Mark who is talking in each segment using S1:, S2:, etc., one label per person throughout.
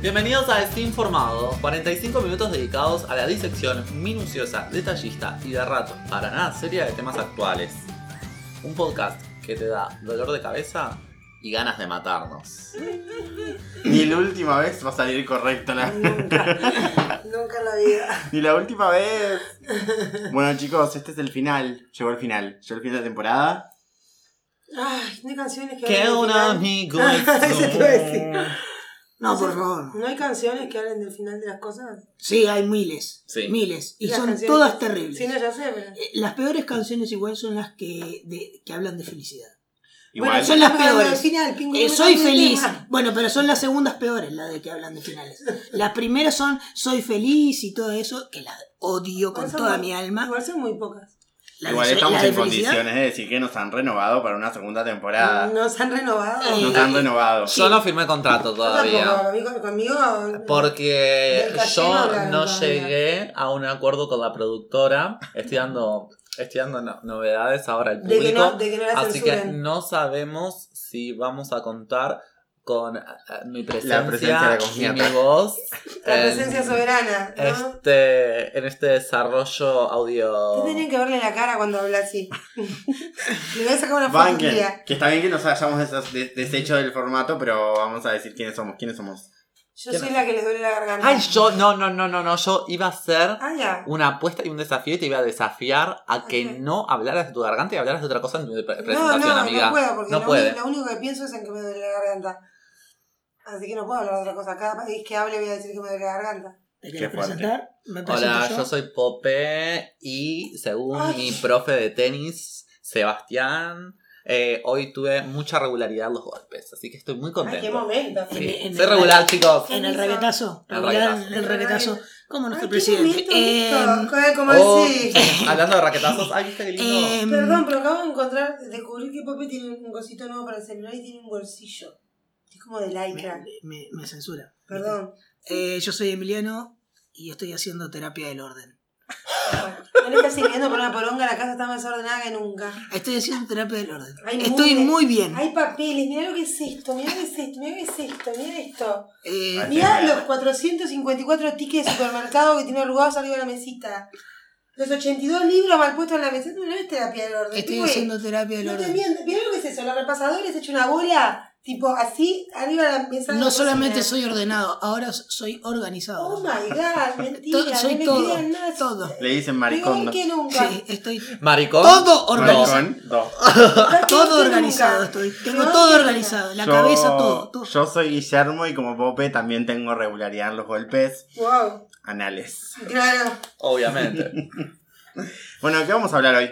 S1: Bienvenidos a Este Informado, 45 minutos dedicados a la disección minuciosa, detallista y de rato para nada seria de temas actuales. Un podcast que te da dolor de cabeza y ganas de matarnos.
S2: Ni la última vez va a salir correcto. la-
S3: Nunca, nunca en la vida.
S2: Ni la última vez. Bueno, chicos, este es el final. Llegó el final. Llegó el final de la temporada.
S3: Ay, no hay canciones que
S1: Que
S3: hablen
S1: un
S3: del final.
S1: amigo
S3: Eso te iba a decir.
S4: No, por favor.
S3: No hay canciones que hablen del final de las cosas.
S4: Sí, hay miles.
S1: Sí.
S4: Miles. Y
S3: Las
S4: son
S3: canciones-
S4: todas terribles.
S3: Sí, no, ya sé, pero.
S4: Eh, Las peores canciones igual son las que, de- que hablan de felicidad.
S2: Igual.
S4: Bueno, son las
S3: Pero
S4: peores.
S3: al final, pingüino, me
S4: Eh, soy
S3: cambia de
S4: feliz.
S3: tema.
S4: Bueno, pero son las segundas peores, las de que hablan de finales. Las primeras son soy feliz y todo eso, que las odio con
S3: Igual son
S4: toda
S3: muy-
S4: mi alma.
S3: Igual son muy pocas.
S4: La
S2: Igual
S4: de-
S2: estamos
S4: la de
S2: en
S4: felicidad,
S2: condiciones de decir que nos han renovado para una segunda
S1: Ah.
S2: temporada.
S3: No se han renovado.
S4: Eh,
S2: Nos han renovado.
S1: Yo no firmé contrato
S3: Yo tampoco,
S1: todavía.
S3: amigo, conmigo.
S1: Porque
S3: Del casino
S1: yo
S3: hablan
S1: no
S3: todavía.
S1: llegué a un acuerdo con la productora. Estoy dando, estoy dando no- novedades ahora al
S3: De
S1: público.
S3: que no, de que no la
S1: Así que
S3: censuren.
S1: no sabemos si vamos a contar con eh, mi presencia,
S2: La presencia de la
S1: y
S2: confianza.
S1: mi voz
S3: La
S1: en,
S3: presencia soberana. ¿no?
S1: este, en este desarrollo audio.
S3: Te tenían que verle la cara cuando habla así. Le voy a sacar una foto
S2: Banken.
S3: tuya.
S2: Que está bien que nos hayamos des- des- deshecho del formato, pero vamos a decir quiénes somos. ¿Quiénes somos?
S3: Yo
S1: ¿Quién
S3: soy
S1: es?
S3: la que les duele la garganta.
S1: Ay, yo, no, no, no, no, no, yo iba a hacer
S3: Ah, ya.
S1: una apuesta y un desafío y te iba a desafiar a que
S3: Ok.
S1: no hablaras de tu garganta y hablaras de otra cosa en tu pre-
S3: No,
S1: presentación,
S3: no,
S1: amiga.
S3: no puedo, porque
S1: No
S3: lo,
S1: puede.
S3: uni- lo único que pienso es en que me duele la garganta. Así que no puedo hablar de otra cosa. Cada vez que hable voy a decir que me duele la garganta.
S4: ¿Te
S2: Qué
S4: querés
S2: fuerte.
S4: presentar? ¿Me presento
S1: Hola,
S4: yo?
S1: yo soy Pope y según
S3: Ay.
S1: mi profe de tenis, Sebastián, eh, hoy tuve mucha regularidad en los golpes, así que estoy muy
S3: Ay, qué
S1: contento.
S3: momento.
S1: Sí,
S4: En- en
S1: Soy
S4: el-
S1: regular, chicos.
S4: En el reguetazo.
S1: El
S4: regular,
S1: reguetazo.
S4: el reguetazo. Como
S3: Ay,
S4: nuestro
S3: qué
S4: presidente.
S3: momento,
S4: Eh,
S3: Nico. Co- Como
S1: Oh,
S3: así.
S1: hablando de raquetazos, ay, viste qué lindo.
S4: eh,
S3: Perdón, pero acabo de encontrar, descubrí que Pope tiene un cosito nuevo para el celular y tiene un bolsillo. Es como de lycra.
S4: em, me, me- me censura.
S3: Perdón.
S4: Eh, yo soy Emiliano y estoy haciendo terapia del orden.
S3: No le estás sirviendo por una poronga, la casa está más ordenada que nunca.
S4: Estoy haciendo terapia del orden.
S3: Ay, muy
S4: estoy
S3: bien.
S4: muy bien.
S3: Hay papeles, mirá lo que es esto, mirá lo que es esto, mirá lo que es esto, mirá esto.
S4: Eh,
S2: Ay,
S3: Mirá
S2: Genial.
S3: los 454 tickets de supermercado que tiene arrugados arriba de la mesita. Los 82 libros mal puestos en la mesita. No, no es terapia del orden.
S4: estoy
S3: tipo,
S4: haciendo terapia del
S3: no te
S4: orden.
S3: mientas. Mirá lo que es eso. Los repasadores hecho una bola, tipo así, arriba de la mesa. de la
S4: No solamente
S3: cocina.
S4: soy ordenado, ahora soy
S3: ¿eh? Oh
S4: organizado.
S3: my god, mentira.
S4: To- soy
S3: no me
S4: todo,
S3: crean nada.
S4: todo.
S2: Le dicen
S3: Peor
S2: maricondo.
S3: que nunca.
S4: Sí, estoy
S1: Maricón.
S4: todo organizado.
S2: Maricón. Dos.
S3: Peor
S4: Todo
S3: que nunca.
S4: organizado estoy. Tengo
S3: Peor
S4: todo
S3: que
S4: organizado. La
S2: Yo-
S4: cabeza, todo. todo.
S2: Yo soy Guillermo y como Pope también tengo regularidad en los golpes
S3: nunca. Wow,
S2: anales.
S3: claro.
S1: Obviamente.
S2: Bueno, ¿qué vamos a hablar hoy?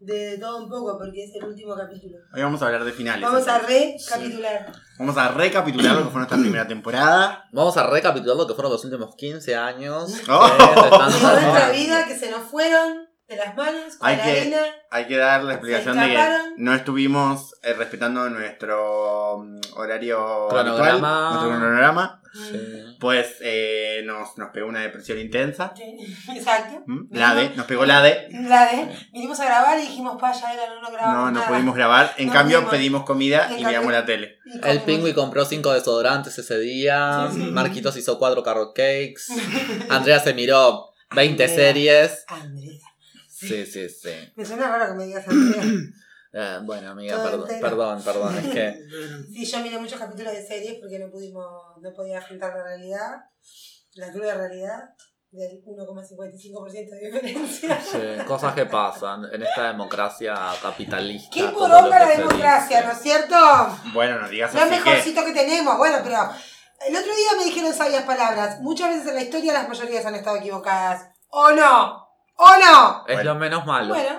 S3: De todo un poco, porque es el último capítulo.
S2: Hoy vamos a hablar de finales.
S3: Vamos a
S2: entonces.
S3: recapitular.
S2: Vamos a recapitular lo que fue nuestra primera temporada.
S1: Vamos a recapitular lo que fueron los últimos 15 años. Eh, que
S2: Oh.
S1: se están
S3: De nuestra
S1: formando.
S3: vida que se nos fueron de las manos con
S2: Hay
S3: la
S2: que-
S3: arena.
S2: Hay que dar la explicación de que
S3: escaparon.
S2: no estuvimos eh, respetando nuestro mm, horario
S1: Cronograma.
S2: habitual, nuestro cronograma.
S1: Sí.
S2: Pues eh, nos, nos pegó una depresión intensa.
S3: Sí, Exacto.
S2: ¿Mm? La de, nos pegó la de.
S3: La de. Vinimos a grabar y dijimos, pa, ya era, no lo grabamos.
S2: No, no
S3: nada".
S2: pudimos grabar. En
S3: No
S2: cambio,
S3: pudimos.
S2: pedimos comida
S3: En
S2: y
S3: cambio-
S2: miramos la tele.
S3: Y comimos.
S1: El Pingui compró 5 desodorantes ese día.
S3: Sí, sí.
S1: Marquitos hizo 4 carrot cakes. Andrea se miró 20
S3: Andrea.
S1: series.
S3: Andrea.
S1: Sí, sí, sí.
S3: Me suena raro que me digas Andrea.
S1: Eh, bueno, amiga,
S3: Todo
S1: perdón,
S3: entero.
S1: perdón, perdón, es que
S3: Sí, yo miré muchos capítulos de series porque no pudimos, no podía afrontar la realidad, la cruda realidad del 1,55% de diferencia.
S1: sí, cosas que pasan en esta democracia capitalista.
S3: ¡Qué
S1: todo Ah, lo
S3: poronga
S1: que
S3: la
S1: se
S3: democracia,
S1: dice.
S3: ¿no es cierto?
S2: Bueno, nos digas
S3: Lo
S2: así que.
S3: mejorcito que tenemos. Bueno, pero el otro día me dijeron sabias palabras. Muchas veces en la historia las mayorías han estado equivocadas. ¿O no? ¿O no?
S1: Es lo menos malo.
S3: Bueno.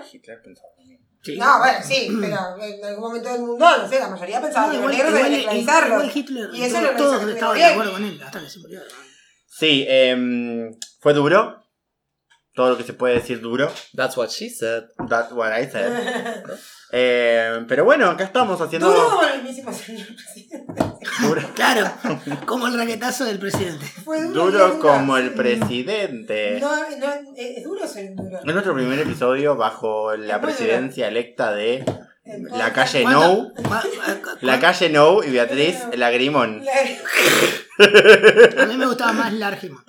S4: Sí.
S3: No, bueno, sí, pero en algún momento del mundo, no sé, la mayoría pensaba
S4: No,
S3: que los
S4: igual-
S3: negros debían
S4: igual-
S3: esclavizarlos.
S4: igual Hitler,
S3: Y eso
S4: todo-
S3: lo hizo
S4: todos
S3: que
S4: estaban de
S3: bien.
S4: acuerdo con él, hasta que se murió.
S2: Sí, em, fue duro. Todo lo que se puede decir duro.
S1: That's what she said.
S2: That's what I said. Em, pero bueno, acá estamos haciendo.
S3: Duro como el mismísimo señor presidente.
S2: Duro.
S4: Claro, como el raquetazo del presidente.
S3: Fue duro,
S2: Duro
S3: y
S2: como el
S3: duro.
S2: presidente.
S3: No, no, es es duro ser duro.
S2: Es nuestro primer episodio bajo la
S3: Es muy
S2: presidencia electa de
S3: El
S2: La
S3: podcast-
S2: calle
S4: ¿Cuánta-
S2: No,
S4: cua- cua-
S2: la calle No y Beatriz Lagrimón.
S3: La-
S4: A mí me gustaba más Largima.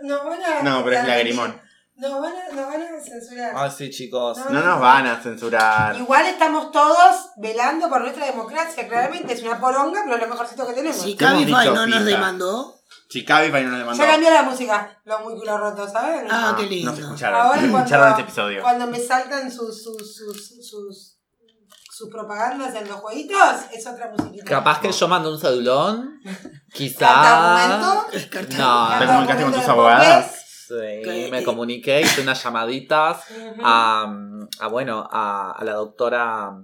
S3: Nos van a.
S2: No, pero es Lagrimón.
S3: Nos van a, nos van a censurar.
S1: Ah, sí, chicos.
S2: No nos van a censurar.
S3: Igual estamos todos velando por nuestra democracia, claramente. Es una poronga, pero es lo mejorcito que tenemos.
S4: Si
S2: ¿Qué hemos
S4: Cabify
S2: dicho,
S4: no nos
S2: pija?
S4: demandó.
S2: Si Cabify no nos
S3: ya
S2: demandó.
S3: cambió la música, los muy culos rotos, ¿sabes?
S4: Ah, qué lindo.
S2: Nos escucharon.
S3: Ahora cuando-
S2: escucharon este episodio.
S3: Cuando me saltan sus, sus, sus, sus, sus propagandas en los jueguitos, es otra musiquita.
S1: Capaz que yo mando un cedulón. Quizá. Ah,
S3: Carta
S4: Es carta-
S1: No.
S2: ¿Te
S3: Carta
S2: comunicaste con
S3: documento
S2: tus
S3: de
S2: abogadas?
S1: Sí, me comuniqué, hice unas llamaditas
S3: Popes. Ujú.
S1: a, a, bueno, a, a la doctora,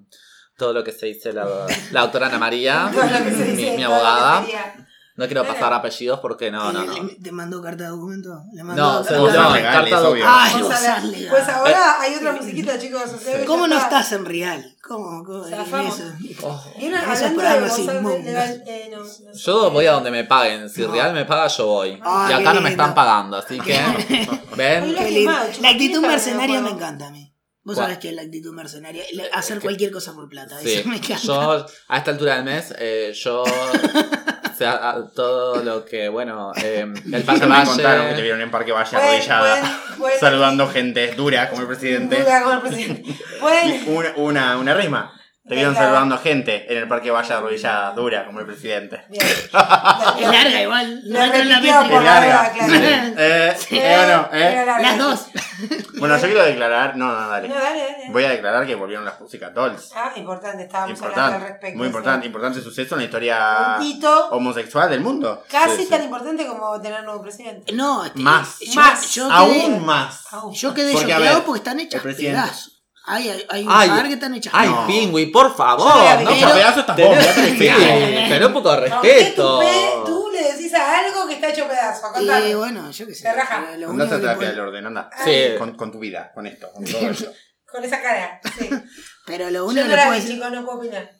S1: todo lo que se dice, la, la doctora Ana María,
S3: Todo lo que se dice,
S1: mi, mi
S3: todo lo que
S1: abogada.
S3: sería.
S1: No quiero pasar apellidos porque no, no, no.
S4: ¿Te mandó carta de documento? ¿Le mandó
S1: No,
S4: carta de
S1: cedulón,
S2: Cosas legales,
S1: carta
S2: obvio.
S1: documento.
S4: Ay,
S3: Vos
S4: no
S3: sabés.
S4: seas legal.
S3: Pues
S1: Eh,
S3: ahora hay otra musiquita, chicos. ustedes
S4: ¿Cómo
S3: ya
S4: no
S3: está.
S4: estás en real? ¿Cómo? cómo en
S3: Zafamos.
S4: eso?
S1: Oh.
S3: Vieron,
S4: Esos
S3: hablando de
S4: programas
S3: gozar de
S4: inmundos.
S3: legal, eh, no, no sé.
S1: Yo voy a donde me paguen, si
S4: No.
S1: Real me paga yo voy.
S4: Ah,
S1: y
S4: qué
S1: acá no me
S4: lindo.
S1: están pagando, así que... ¿Ven?
S4: Qué
S3: Qué
S4: lindo.
S3: lindo.
S4: La actitud
S3: Chupita,
S4: mercenaria
S3: no
S4: me
S3: puedo.
S4: encanta a mí. Vos
S1: ¿Cuál?
S4: sabés que es la actitud mercenaria. la- Hacer
S1: que-
S4: cualquier cosa por plata.
S1: Sí.
S4: Eso me encanta.
S1: Yo, a esta altura del mes, eh, yo... o sea, a- todo lo que, bueno, eh, el
S2: Ya
S1: Parque
S2: me contaron que te
S1: Valle...
S2: vieron en Parque Valle
S3: Pueden-
S2: arrodillada,
S3: pueden- pueden-
S2: saludando gente dura como el presidente.
S3: Duda con el presidente.
S2: Y
S3: Pueden,
S2: una, una, una rima. Te vieron
S3: Venga.
S2: saludando gente en el Parque Valle arrodillada, dura como el presidente.
S3: bien.
S4: Es larga igual.
S3: Lo
S4: No entra en la
S3: repitió
S2: Es
S3: Por
S4: métrica.
S3: la
S2: larga.
S3: duda, claro.
S2: Sí. Eh, eh, o no, eh.
S3: Era larga.
S4: Las dos.
S2: Bueno, yo quiero declarar. No, no,
S3: No,
S2: dale.
S3: dale, dale.
S2: Voy a declarar que volvieron las músicas dolls.
S3: Ah, importante, estábamos hablando al
S2: Importante.
S3: respecto.
S2: Muy
S3: sí.
S2: importante. Importante suceso en la historia
S3: Un hito
S2: homosexual del mundo.
S3: casi
S2: Sí, sí.
S3: tan importante como tener nuevo presidente. Ah, oh.
S4: No, este,
S2: Más.
S4: Yo,
S3: Más.
S4: Yo quedé,
S2: Aún más.
S3: Aún.
S4: yo quedé
S2: Porque, a
S4: choqueado
S2: ver,
S4: porque están hechas
S2: el presidente.
S4: pedazos. Hay, hay, hay un
S1: Ay,
S4: par que están hechas
S1: Ay,
S2: No.
S1: Pingüi, por
S3: Yo voy a
S1: favor.
S3: ver.
S1: No,
S2: Hecho
S4: Pero-
S2: pedazos estás vos,
S1: Tenés,
S2: Beatriz.
S1: sí,
S4: Ay.
S1: tenés un poco de
S3: Aunque
S1: respeto.
S3: tú pe- Tú le decís a algo que está hecho pedazo.
S4: pedazos.
S3: contame.
S4: Y Eh, bueno, yo qué sé.
S3: Te raja.
S2: Andás
S4: lo único
S2: a
S4: que
S2: terapia
S4: puedo-
S2: del orden, anda.
S1: Sí.
S2: Con, con tu vida, con esto, con todo esto.
S3: Con esa cara. Sí.
S4: Pero lo
S3: Yo
S4: único que
S3: no
S4: le
S3: la
S4: puedo
S3: vi,
S4: decir.
S3: chicos, no puedo opinar.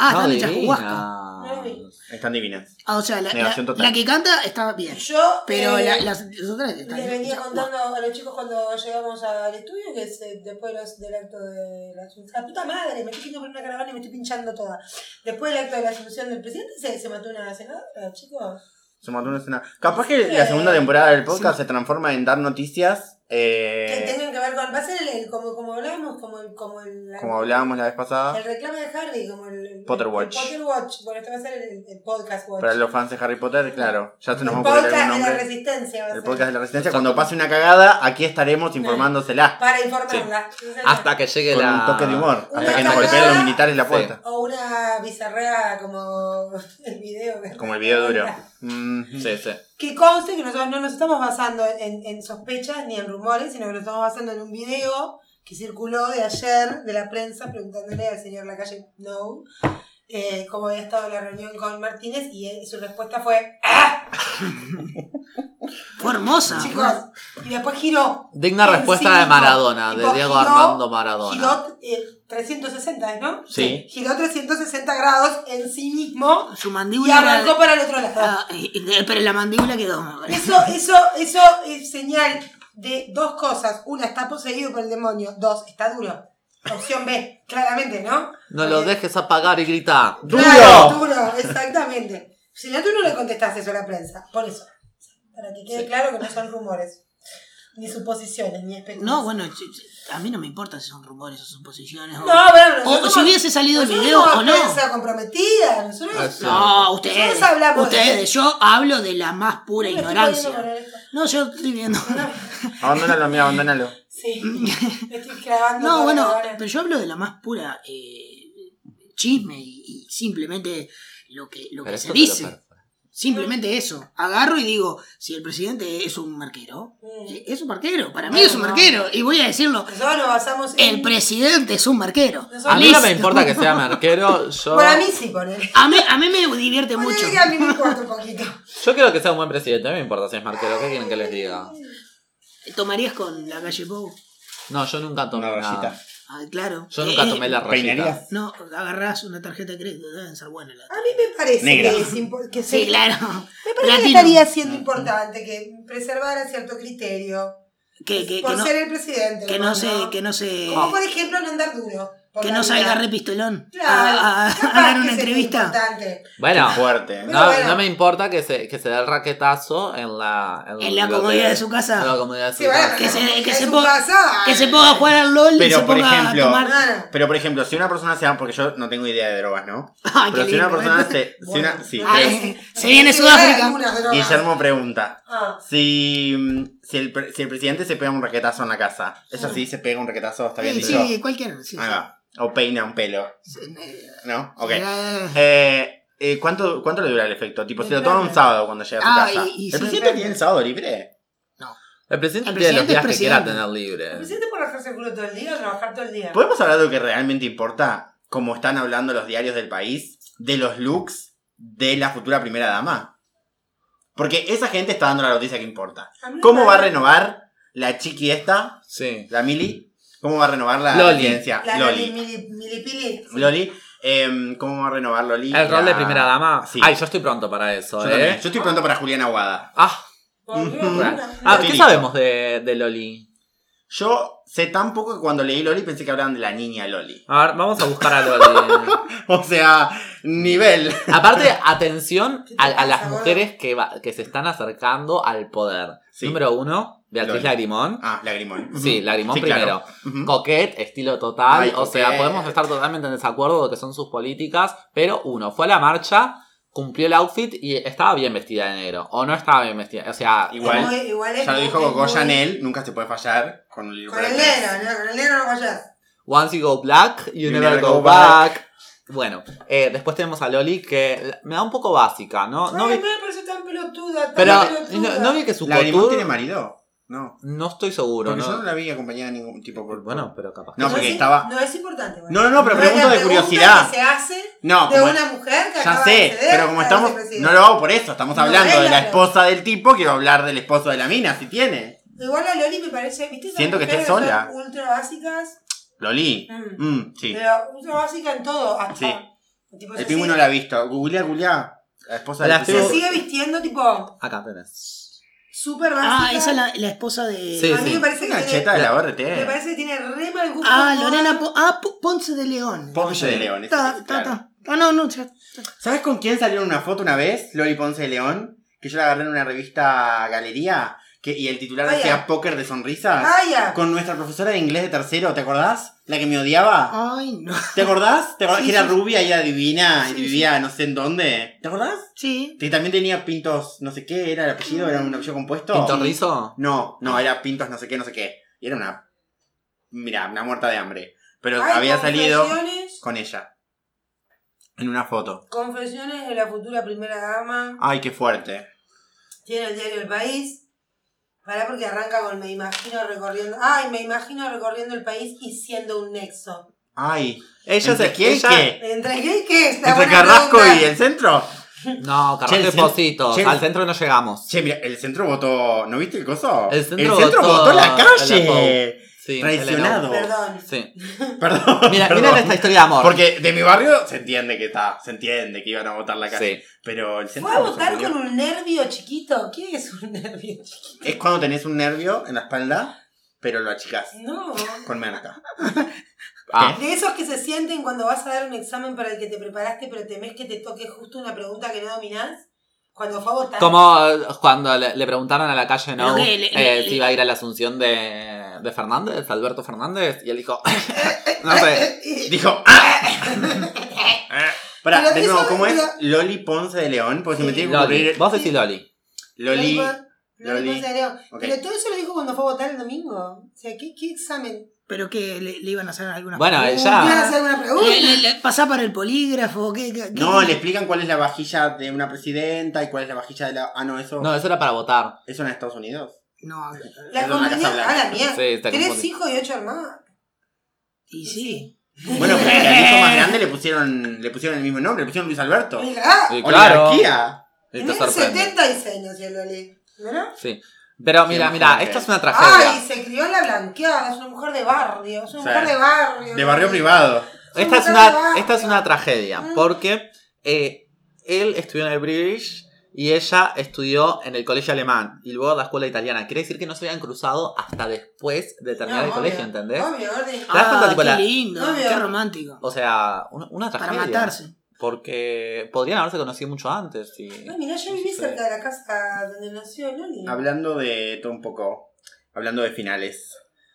S4: Ah,
S1: No,
S4: están hechas
S1: divinas.
S4: guascas.
S3: No vi.
S2: Están divinas.
S4: Ah, o sea, la, la,
S2: Negación total.
S4: la que canta estaba bien.
S3: Yo.
S4: Pero
S3: eh,
S4: la- las, las otras están
S3: Les venía
S4: hechas guascas.
S3: contando a los chicos cuando llegamos al estudio que es eh, después de los- del acto de la asunción. La puta madre, me estoy quitando por una caravana y me estoy pinchando toda. Después del acto de la asunción del presidente se, se mató una senadora, chicos.
S2: Se mató una escena. Capaz que la segunda temporada del podcast se transforma en dar noticias.
S3: que
S2: Eh,
S3: tengan que ver con. Va a ser el, el- como, como hablábamos, como el, como el,
S2: como hablábamos la vez pasada.
S3: el reclamo de Harry, como el, el-
S2: Potter
S3: el
S2: Watch.
S3: Potter Watch. Bueno, este va a ser el, el podcast Watch.
S2: Para los fans de Harry Potter, claro. Ya se
S3: el
S2: nos va a
S3: podcast
S2: ocurrir
S3: de
S2: algún
S3: la
S2: nombre.
S3: resistencia va a
S2: El
S3: ser.
S2: podcast de la resistencia. Cuando pase una cagada, aquí estaremos informándosela.
S3: Para informarla.
S1: Hasta que llegue
S2: Con
S1: la...
S2: un toque de humor.
S3: Una
S2: Hasta que nos
S3: cagada.
S2: golpeen los militares la puerta.
S3: O una bizarrea como el video. que-
S2: Como el video duro. Mm.
S1: Sí, sí.
S3: Que conste que nosotros no nos estamos basando en, en sospechas ni en rumores, sino que nos estamos basando en un video que circuló de ayer de la prensa preguntándole al señor Lacalle No eh, cómo había estado la reunión con Martínez y él- su respuesta fue ¡Ah!
S4: Fue hermosa.
S3: Chicos, y después giró.
S1: Digna
S3: En
S1: respuesta
S3: cinco.
S1: de Maradona, de
S3: Tipo,
S1: Diego
S3: giró,
S1: Armando Maradona.
S3: Giró eh, 360, ¿no?
S1: Sí.
S3: Giró 360 grados en sí mismo
S4: Su
S3: y
S4: mandíbula. era-
S3: arrancó para el otro lado.
S4: Ah, y- y- pero la mandíbula quedó. me parece.
S3: Eso, eso, eso es señal de dos cosas. Una, está poseído por el demonio. Dos, está duro. Opción B, claramente, ¿no?
S1: No
S4: eh.
S1: lo
S3: Porque-
S1: dejes apagar y gritar.
S2: ¡Duro!
S3: Claro, duro, exactamente. Si no, tú no le contestás eso a la prensa. Por eso. Para que quede claro que no son rumores. Ni suposiciones, ni especulaciones.
S4: No, bueno, ch- ch- a mí no me importa si son rumores o suposiciones. o-
S3: No, bueno,
S4: o si hubiese salido el video o no.
S3: prensa comprometida. Nosotros...
S1: Ah, sí.
S4: No, ustedes.
S3: Nosotros hablamos de-
S4: Ustedes, yo hablo de la más pura
S3: Yo me estoy
S4: ignorancia.
S3: poniendo con esto.
S4: No, yo estoy viendo.
S2: Abandónalo, mía, abandónalo.
S3: Sí. Me estoy clavando.
S4: No,
S3: toda la
S4: bueno,
S3: hora.
S4: pero yo hablo de la más pura eh, chisme y, y simplemente lo que, lo
S1: Pero
S4: que
S1: esto
S4: se
S1: te lo
S4: dice.
S1: perfora.
S4: Simplemente eso. Agarro y digo, si el presidente es un marquero,
S3: Mm.
S4: eh, es un marquero. Para mí
S3: No,
S4: es un
S3: no.
S4: marquero. Y voy a decirlo,
S3: Nosotros nos basamos en...
S4: el presidente es un marquero.
S3: Nosotros-
S1: A mí no me
S4: Listo.
S1: importa que sea marquero, yo,
S3: Para mí sí, ponele.
S4: A mí, a mí me divierte mucho.
S3: Ponele que a mí me importa un poquito.
S1: yo quiero que sea un buen presidente, a mí me importa si es marquero, ¿qué quieren que les diga?
S4: ¿Tomarías con la calle Pou?
S1: No, yo nunca tomé
S2: Una
S1: nada.
S2: rayita.
S4: Ah, claro.
S1: Yo nunca
S4: Eh,
S1: tomé la rayita.
S2: ¿Peinarías?
S4: No, agarrás una tarjeta de crédito, deben ser buenas las.
S3: A mí me parece
S2: Negra.
S3: que es impo- que
S4: Sí,
S3: se-
S4: claro.
S3: Me parece que
S4: Platino.
S3: estaría siendo importante que preservara cierto criterio
S4: Que, que, que
S3: por
S4: no,
S3: ser el presidente.
S4: que no
S3: hermano.
S4: se. Que no se
S3: Como por ejemplo no andar duro. por
S4: Que
S3: la
S4: no
S3: vida.
S4: salga re pistolón
S3: Claro,
S4: a, a-
S3: capaz
S4: a dar
S3: que
S4: una
S3: sería
S4: entrevista.
S3: importante.
S1: Bueno,
S2: Qué fuerte.
S3: Pero
S1: no,
S3: bueno.
S1: no me importa que se, que se dé el raquetazo en la...
S4: En la comodidad de su casa.
S1: En la comodidad de su
S3: Sí, bueno,
S1: casa.
S4: Que se- que
S3: es
S4: se
S3: un
S4: po-
S3: pasado. eh,
S4: Que se ponga a jugar al LOL y
S2: Pero,
S4: se
S2: por
S4: ponga
S2: ejemplo,
S4: a tomar.
S3: Hermana,
S2: Pero por ejemplo, si una persona se va, porque yo no tengo idea de drogas, ¿no?
S4: Ay,
S2: Pero
S4: qué
S2: si una
S4: lindo,
S2: persona
S4: ¿eh?
S2: se. Si una, sí,
S4: Ay,
S2: pero-
S4: eh, se viene
S3: sí, igual
S4: Sudáfrica.
S3: algunas drogas.
S2: Guillermo pregunta.
S3: Ah,
S2: Si, mm, si, el, pre- si el presidente se pega un raquetazo en la casa, ¿es así? ¿Se pega un raquetazo? ¿Está bien
S4: Sí,
S2: dicho?
S4: sí, cualquier. sí,
S2: Ahí va. O peina un pelo,
S4: sí. Eh,
S2: ¿no? Ok.
S4: eh,
S2: Eh, eh, ¿cuánto, ¿Cuánto le dura el efecto? Tipo, se lo toma un sábado cuando llega a
S4: Ah,
S2: su casa.
S4: y- y
S2: ¿El
S4: sí,
S2: presidente
S3: claro.
S2: tiene el sábado libre?
S1: El presidente
S4: El
S1: tiene los días que
S4: presidente es
S1: quiera
S4: presidente.
S1: tener
S3: el
S1: libre.
S3: presidente puede rajarse el culo todo el día o trabajar todo el día.
S2: ¿Podemos hablar de lo que realmente importa? Como están hablando los diarios del país, de los looks de la futura primera dama. Porque esa gente está dando la noticia que importa.
S3: A mí me
S2: ¿Cómo va a
S3: parece-
S2: renovar la chiqui esta,
S1: Sí.
S2: la Mili? ¿Cómo va a renovar la
S1: Loli.
S2: presidencia?
S3: La Loli
S2: Loli.
S3: mili- Milipili.
S2: Loli. em, ¿Cómo va a renovar Loli?
S1: El rol
S2: La-
S1: de primera dama.
S2: Sí.
S1: Ay, yo estoy pronto para eso,
S2: Yo,
S1: ¿eh?
S2: también. Yo estoy pronto para Juliana Aguada.
S1: Ah,
S3: Por Dios,
S2: Ujú.
S3: una-
S1: ah,
S2: Estoy
S1: ¿qué
S2: listo.
S1: sabemos de, de Loli?
S2: Yo sé tan poco que cuando leí Loli pensé que hablaban de la niña Loli.
S1: A ver, vamos a buscar a Loli.
S2: O sea, nivel.
S1: Aparte, atención
S3: ¿Qué te
S1: a, a las
S3: pasa,
S1: mujeres que, va- que se están acercando al poder.
S2: Sí.
S1: Número uno, Beatriz
S2: Loli.
S1: Lagrimón.
S2: Ah, lagrimón.
S1: Sí, Lagrimón
S2: Sí,
S1: primero.
S2: claro. Ujú.
S1: Coquette, estilo total.
S2: Ay,
S1: o sea,
S2: Coquette.
S1: podemos estar totalmente en desacuerdo de lo que son sus políticas, pero uno, fue a la marcha, cumplió el outfit y estaba bien vestida de negro. O no estaba bien vestida. O sea,
S2: Igual.
S3: Muy- igual es
S2: Ya lo dijo
S3: muy-
S2: Coco
S3: muy-
S2: Chanel, nunca se puede fallar con un libro
S3: Con el
S2: para
S3: negro,
S2: tres.
S3: ¿no? con el negro no vayas.
S1: Once you go black, you, never, go, back. Bueno, eh, después tenemos a Loli que me da un poco básica, ¿no? No
S3: Ay,
S1: vi-
S3: me pareció tan pelotuda, tan
S1: pero
S3: pelotuda.
S1: no, no vi que su
S2: ¿Lagrimón
S1: couture-
S2: tiene marido? No.
S1: No estoy seguro,
S2: Porque
S1: ¿no?
S2: yo no la vi acompañada de ningún tipo por...
S1: Bueno, pero capaz. que
S2: No,
S1: sí.
S2: porque
S3: es-
S2: estaba-
S3: No es importante. bueno.
S2: No, no, no, pero
S3: es la
S2: pregunto de
S3: pregunta
S2: curiosidad.
S3: que se hace
S2: No,
S3: de
S2: como-
S3: una mujer que
S2: ya
S3: acaba de
S2: sé,
S3: acceder
S2: pero como
S3: a la
S2: estamos...
S3: vicepresidenta.
S2: No lo hago por eso, estamos
S3: No,
S2: hablando de la
S3: claro.
S2: esposa del tipo, quiero hablar del esposo de la mina, si tiene.
S3: Igual a Loli me parece, ¿viste? esas
S2: Siento que
S3: mujeres
S2: esté sola.
S3: son Ultra básicas,
S2: Loli.
S3: Mm.
S2: Mm, sí.
S3: pero pues, ultra básica en todo, hasta.
S2: Sí.
S3: Tipo,
S2: El
S3: se
S2: pingüino no
S3: sigue-
S2: la ha visto. Googleá, googleá. La esposa
S1: La
S2: del
S1: estoy-
S3: Se
S2: presidente.
S3: sigue vistiendo tipo
S1: Acá tenés.
S3: súper básica.
S4: Ah, esa es la, la esposa de.
S1: Sí.
S3: A mí me parece que
S2: Una
S3: tiene,
S2: cheta de la
S3: me
S2: ORT.
S3: parece que tiene re mal gusto.
S4: Ah,
S3: todo.
S4: Lorena Po- ah, Po- Ponce de León.
S2: Ponce de León. ese
S4: Ta,
S2: es,
S4: ta,
S2: claro.
S4: ta. Ah, no, no, ya.
S2: ¿Sabes con quién salió en una foto una vez? Loli Ponce de León. Que yo la agarré en una revista galería. Que, y el titular
S3: Ay,
S2: decía
S3: ya.
S2: Póker de Sonrisas.
S3: Ay, ya.
S2: Con nuestra profesora de inglés de tercero, ¿te acordás? La que me
S3: Ah.
S2: odiaba.
S4: Ay, no.
S2: ¿Te acordás? ¿Te acordás
S4: Sí,
S2: que era
S4: sí.
S2: rubia y era divina
S4: Sí,
S2: y vivía no sé en dónde? ¿Te acordás?
S4: Sí.
S2: Que también tenía pintos, no sé qué, era el apellido, era un apellido compuesto.
S1: ¿Pintorrizo?
S2: No, no, era pintos, no sé qué, no sé qué. Y era una. Mira, una muerta de hambre. Pero
S3: Ay,
S2: había salido
S3: confesiones-
S2: con ella. En una foto.
S3: Confesiones de la futura primera dama.
S2: Ay, qué fuerte.
S3: Tiene el diario El País. Pará porque arranca con me imagino recorriendo. Ay, me imagino recorriendo el país y siendo un nexo.
S2: Ay.
S1: Ella
S2: ¿Entre
S1: se
S2: quién
S1: ella-
S2: qué?
S3: ¿Entre qué y qué? Está
S2: ¿Entre
S3: buena
S2: Carrasco
S3: pregunta.
S2: y el centro?
S1: No,
S2: Che,
S1: Carrasco
S2: el
S1: y
S2: cen-
S1: Positos.
S2: che, el-
S1: Al centro no llegamos.
S2: Che, mira, el centro votó. ¿No viste el coso?
S1: El centro votó
S2: votó, la
S1: a la
S2: calle.
S1: Sí,
S2: Traicionado.
S3: Perdón.
S1: Elena. Sí.
S2: Perdón.
S1: Mira,
S2: perdón.
S1: miren esta historia de amor.
S2: Porque de mi barrio se entiende que está. Se entiende que iban a votar la calle.
S1: Sí.
S2: Pero el centro.
S3: ¿Fue a
S2: me
S3: votar
S2: sorprendió.
S3: con un nervio chiquito? ¿Qué es un nervio chiquito?
S2: Es cuando tenés un nervio en la espalda, pero lo achicás.
S3: No.
S2: Con merca.
S1: Ah,
S3: De esos que se sienten cuando vas a dar un examen para el que te preparaste, pero temés que te toque justo una pregunta que no dominás. Cuando fue a votar.
S1: como eh, cuando le, le preguntaron a la calle No
S4: Pero que le- le-
S1: eh, si
S4: le-
S1: iba a ir a la Asunción de, de Fernández, Alberto Fernández, y él dijo, no sé.
S3: Eh,
S2: Dijo. ¡Ah! Eh, Pará,
S3: Pero
S2: de nuevo,
S3: eso-
S2: ¿cómo es?
S3: pero-
S2: Loli Ponce de León. Porque se me
S3: Sí.
S2: tiene que
S1: Loli.
S2: ocurrir.
S1: Vos decís Loli.
S2: Loli.
S3: no le
S2: Loli.
S3: puse León.
S2: Ok.
S3: Pero todo eso lo dijo cuando fue a votar el domingo. O sea, ¿qué, qué examen?
S4: Pero que le, le iban a hacer alguna
S1: Bueno,
S3: ¿Me iban a
S1: ella.
S3: hacer alguna
S4: Le,
S3: pregunta?
S4: le- le- pasá para el polígrafo. ¿qué, qué-
S2: No,
S4: qué-
S2: le explican cuál es la vajilla de una presidenta y cuál es la vajilla de la. Ah, no, eso.
S1: No, eso era para votar.
S2: ¿Eso en Estados Unidos?
S4: No,
S3: La
S2: Perdón, la
S3: comunidad
S2: Casa Blanca.
S3: a la
S1: Sí,
S3: mierda.
S1: está
S3: Tres
S1: confundido.
S3: hijos y ocho hermanos.
S4: y sí.
S2: Bueno, pero al hijo más grande le pusieron, le pusieron el mismo nombre, le pusieron Luis Alberto.
S3: Mirá,
S1: Sí, claro.
S2: Oligarquía.
S1: Y te
S3: tenía
S1: sorprende.
S3: 70 diseños el Loli. ¿Verdad?
S1: Sí. Pero
S2: Sí,
S1: mira, mira,
S2: imagínate.
S1: esto es una tragedia.
S3: Ay, se crió en la blanqueada, es una mujer de barrio, es una
S2: Sí.
S3: mujer de barrio.
S2: De barrio privado.
S1: Esta es,
S3: Son
S1: una,
S3: bastante Mm.
S1: esta es una
S3: bajas.
S1: tragedia,
S3: Mm.
S1: porque eh, él estudió en el British Y ella estudió en el colegio alemán y luego en la escuela italiana. Quiere decir que no se habían cruzado hasta después de terminar el
S3: No,
S1: colegio,
S3: obvio.
S1: ¿entendés?
S3: Obvio, Gordi.
S1: ¿Te das cuenta, tipo,
S4: Ah, qué
S1: la-
S4: lindo,
S3: Obvio.
S4: qué romántico.
S1: O sea, una, una
S4: Para
S1: tragedia.
S4: matarse.
S1: Porque podrían haberse conocido mucho antes. Y...
S3: No, mirá, yo viví cerca de la casa donde nació Loli.
S2: Hablando de todo un poco, hablando de finales,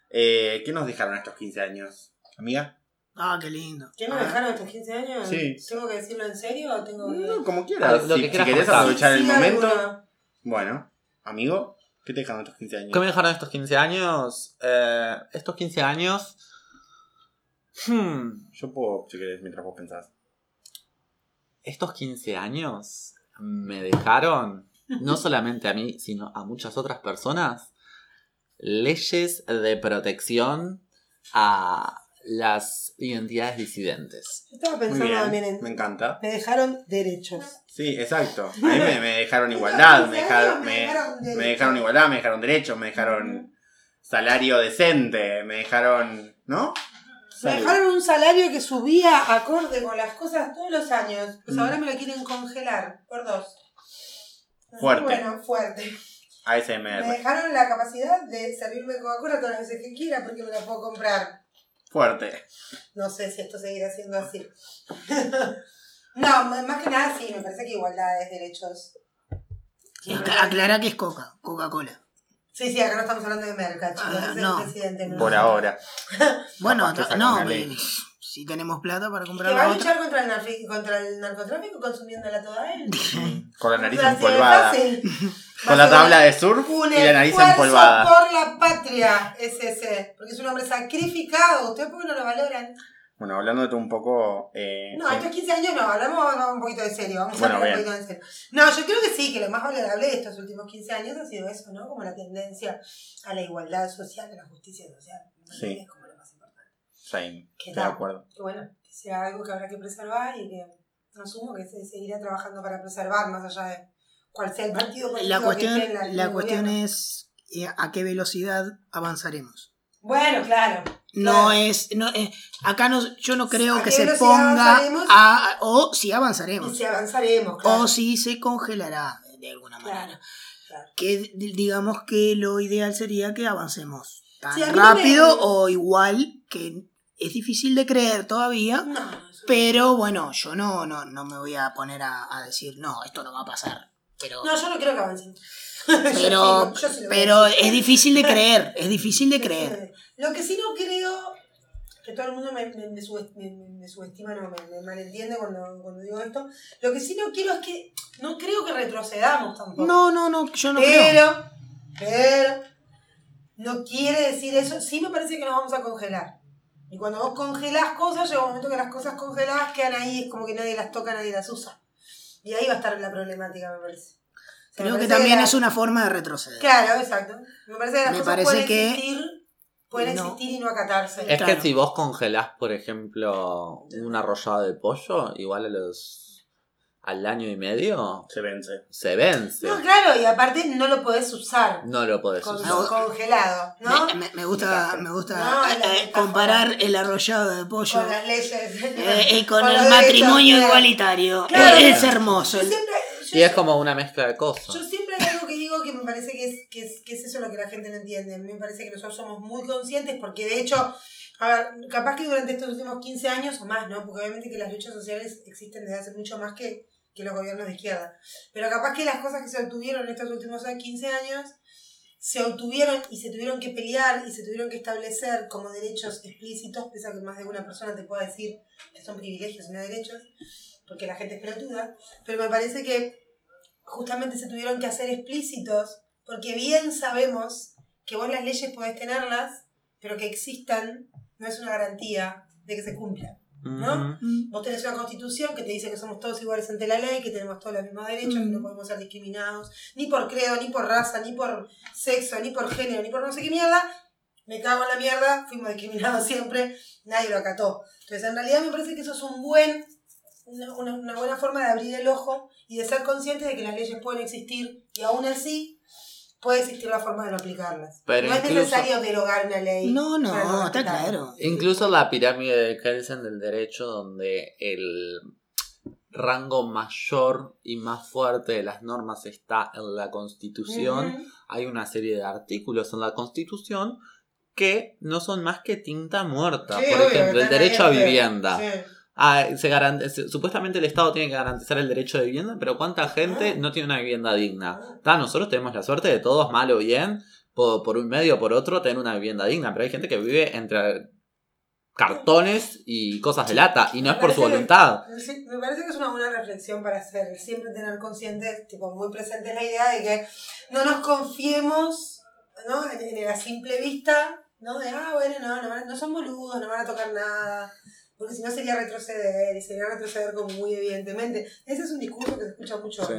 S2: eh, ¿qué nos dejaron estos 15 años? ¿Amiga?
S4: Ah, qué lindo.
S3: ¿Qué me
S2: Ah.
S3: dejaron estos 15 años?
S2: Sí.
S3: ¿Tengo que decirlo en serio o tengo que.?
S2: No, como
S1: Ah,
S2: quieras.
S1: lo
S2: si,
S1: que
S2: si
S1: quieras
S2: querés
S1: contar.
S2: aprovechar el
S3: Sí,
S2: momento.
S3: alguna.
S2: Bueno, amigo, ¿qué te dejaron estos 15 años?
S1: ¿Qué me dejaron estos 15 años? Eh, estos 15 años. Hmm,
S2: Yo puedo, si querés, mientras vos pensás.
S1: estos 15 años me dejaron, no solamente a mí, sino a muchas otras personas, leyes de protección a las identidades disidentes.
S3: Yo estaba
S2: Muy
S3: pensando
S2: bien,
S3: también en.
S2: me encanta.
S3: Me dejaron derechos.
S2: Sí, exacto. A mí me, me dejaron igualdad, me dejaron, me, me dejaron igualdad, me dejaron derechos, me dejaron salario decente, me dejaron... ¿No?
S3: Me
S2: Salud.
S3: dejaron un salario que subía acorde con las cosas todos los años. Pues
S2: Mm.
S3: ahora me lo quieren congelar por dos. Así,
S2: Fuerte.
S3: Bueno, fuerte. Me
S2: ASMR.
S3: dejaron la capacidad de servirme Coca-Cola todas las veces que quiera porque me la puedo comprar.
S2: Fuerte.
S3: No sé si esto seguirá siendo así. no, m- más que nada sí, me parece que igualdad es derechos.
S4: Y acá- Ah, Aclará que es Coca, Coca-Cola.
S3: Sí, sí, acá no estamos hablando de merca, chicos.
S4: Ah,
S3: es el
S4: no.
S3: presidente. ¿no?
S2: Por ahora.
S4: Bueno,
S2: Capaz que
S4: ta-
S2: sacan
S4: no,
S2: una ley.
S4: pero si tenemos plata para
S3: ¿Que
S4: comprar
S3: va
S4: la
S3: a
S4: otra.
S3: luchar contra el, narfi- contra el narcotráfico consumiéndola toda él?
S2: Con la nariz
S3: Va a ser
S2: empolvada.
S3: fácil.
S2: Con la
S3: Va a ser
S2: tabla de surf
S3: Un
S2: y la nariz
S3: esfuerzo
S2: empolvada.
S3: por la patria es ese. Porque es un hombre sacrificado. ¿Ustedes por qué no lo valoran?
S2: Bueno, hablando de todo un poco. eh,
S3: No, a estos 15 años no. Hablamos, vamos un poquito de serio. Vamos
S2: Bueno,
S3: a hablar un
S2: bien.
S3: poquito de serio. No, yo creo que sí, que lo más valorable de estos últimos 15 años ha sido eso, ¿no? Como la tendencia a la igualdad social, a la justicia social. ¿no?
S2: Sí.
S3: Es como lo más importante.
S2: same,
S3: ¿Qué
S2: de
S3: tal?
S2: acuerdo.
S3: Que bueno, que sea algo que habrá que preservar y que asumo que se seguirá trabajando para preservar más allá de cuál sea el partido político
S4: La
S3: que
S4: cuestión,
S3: esté en en
S4: la
S3: el
S4: cuestión
S3: gobierno.
S4: es eh, a qué velocidad avanzaremos.
S3: Bueno, claro.
S4: No
S3: Claro.
S4: es, no es- acá no, yo no creo
S3: ¿A
S4: que
S3: qué
S4: se
S3: velocidad
S4: ponga
S3: avanzaremos?
S4: a, o si
S3: Y
S4: avanzaremos
S3: si avanzaremos, claro.
S4: o si se congelará de alguna manera.
S3: Claro, claro.
S4: Que di- digamos que lo ideal sería que avancemos tan
S3: Sí, a mí no me-
S4: rápido o igual que es difícil de creer todavía,
S3: No, eso-
S4: pero bueno, yo no no no me voy a poner a, a decir no esto no va a pasar, pero
S3: no, yo no creo que avancen.
S4: pero
S3: Yo sí lo- yo sí lo
S4: pero
S3: veo.
S4: es difícil de creer, es difícil de
S3: Yo sí lo
S4: creer.
S3: veo. Lo que sí no creo, que todo el mundo me, me- me subest- me- me- me subestima, no, me, me malentiende cuando, cuando digo esto, lo que sí no quiero es que, no creo que retrocedamos tampoco.
S4: No, no, no, yo no creo.
S3: pero, pero, no quiere decir eso. Sí me parece que nos vamos a congelar. Y cuando vos congelás cosas, llega un momento que las cosas congeladas quedan ahí, es como que nadie las toca, nadie las usa. Y ahí va a estar la problemática, me parece. O sea, me
S4: Creo que
S3: parece
S4: también
S3: la-
S4: es una forma de retroceder.
S3: Claro, exacto. Me parece que las
S4: Me
S3: cosas
S4: parece
S3: pueden
S4: que
S3: existir, pueden
S4: no.
S3: existir y no acatarse.
S1: Es
S4: Claro.
S1: que si vos congelás, por ejemplo, un arrollado de pollo, igual a los. al año y medio,
S2: Se vence.
S1: se vence.
S3: No, claro, y aparte no lo podés usar
S1: No lo podés
S3: con-
S1: usar.
S4: No.
S3: congelado, ¿no?
S4: Me, me- me gusta, me
S3: No,
S4: gusta
S3: la
S4: eh,
S3: metáfora.
S4: comparar el arrollado de pollo
S3: Con las leyes.
S4: eh, eh, con,
S3: con los
S4: el matrimonio
S3: derechos,
S4: igualitario.
S3: Claro.
S4: Eh, es hermoso.
S3: Yo siempre, yo-
S1: Y es como una mezcla de cosas.
S3: Yo siempre hay algo que digo que me parece que es, que es, que es eso lo que la gente no entiende. A mí Me parece que nosotros somos muy conscientes porque de hecho, a ver, capaz que durante estos últimos 15 años o más, ¿no? Porque obviamente que las luchas sociales existen desde hace mucho más que, que los gobiernos de izquierda. Pero capaz que las cosas que se obtuvieron en estos últimos 15 años se obtuvieron y se tuvieron que pelear y se tuvieron que establecer como derechos explícitos, pese a que más de una persona te pueda decir que son privilegios y no derechos, porque la gente es pelotuda, pero me parece que justamente se tuvieron que hacer explícitos, porque bien sabemos que vos las leyes podés tenerlas, pero que existan no es una garantía de que se cumplan. ¿no?
S4: Mm,
S3: Vos tenés una constitución que te dice que somos todos iguales ante la ley, que tenemos todos los mismos derechos, que no
S4: Mm.
S3: podemos ser discriminados, ni por credo, ni por raza, ni por sexo, ni por género, ni por no sé qué mierda. Me cago en la mierda, fuimos discriminados siempre, nadie lo acató. Entonces, en realidad me parece que eso es un buen, una, una- una buena forma de abrir el ojo y de ser consciente de que las leyes pueden existir y aún así puede existir la forma de no aplicarlas.
S1: Pero
S3: no es
S1: incluso-
S3: necesario derogar una ley.
S4: No,
S3: para
S4: no, está
S1: Eh,
S3: respetarla.
S4: claro.
S1: Incluso la pirámide de Kelsen del derecho, donde el, rango mayor y más fuerte de las normas está en la Constitución.
S3: Ujú.
S1: Hay una serie de artículos en la Constitución que no son más que tinta muerta.
S3: Sí,
S1: Por
S3: obvio,
S1: ejemplo, el
S3: están ahí
S1: derecho a
S3: arriba.
S1: vivienda.
S3: Sí.
S1: Ah, se garan- se- supuestamente el Estado tiene que garantizar el derecho de vivienda, pero ¿cuánta
S3: Ah.
S1: gente no tiene una vivienda digna? Ta, nosotros tenemos la suerte de todos, mal o bien, por, por un medio o por otro, tener una vivienda digna, pero hay gente que vive entre cartones y cosas de lata, y no es por su
S3: Parece-
S1: voluntad.
S3: Sí, me parece que es una buena reflexión para hacer, siempre tener conscientes, tipo muy presente la idea de que no nos confiemos ¿no? En, en la simple vista, ¿no? de, ah, bueno, no, no, van a- no son boludos, no van a tocar nada, porque si no sería retroceder, y sería retroceder como muy evidentemente. Ese es un discurso que se escucha mucho,
S1: Sí.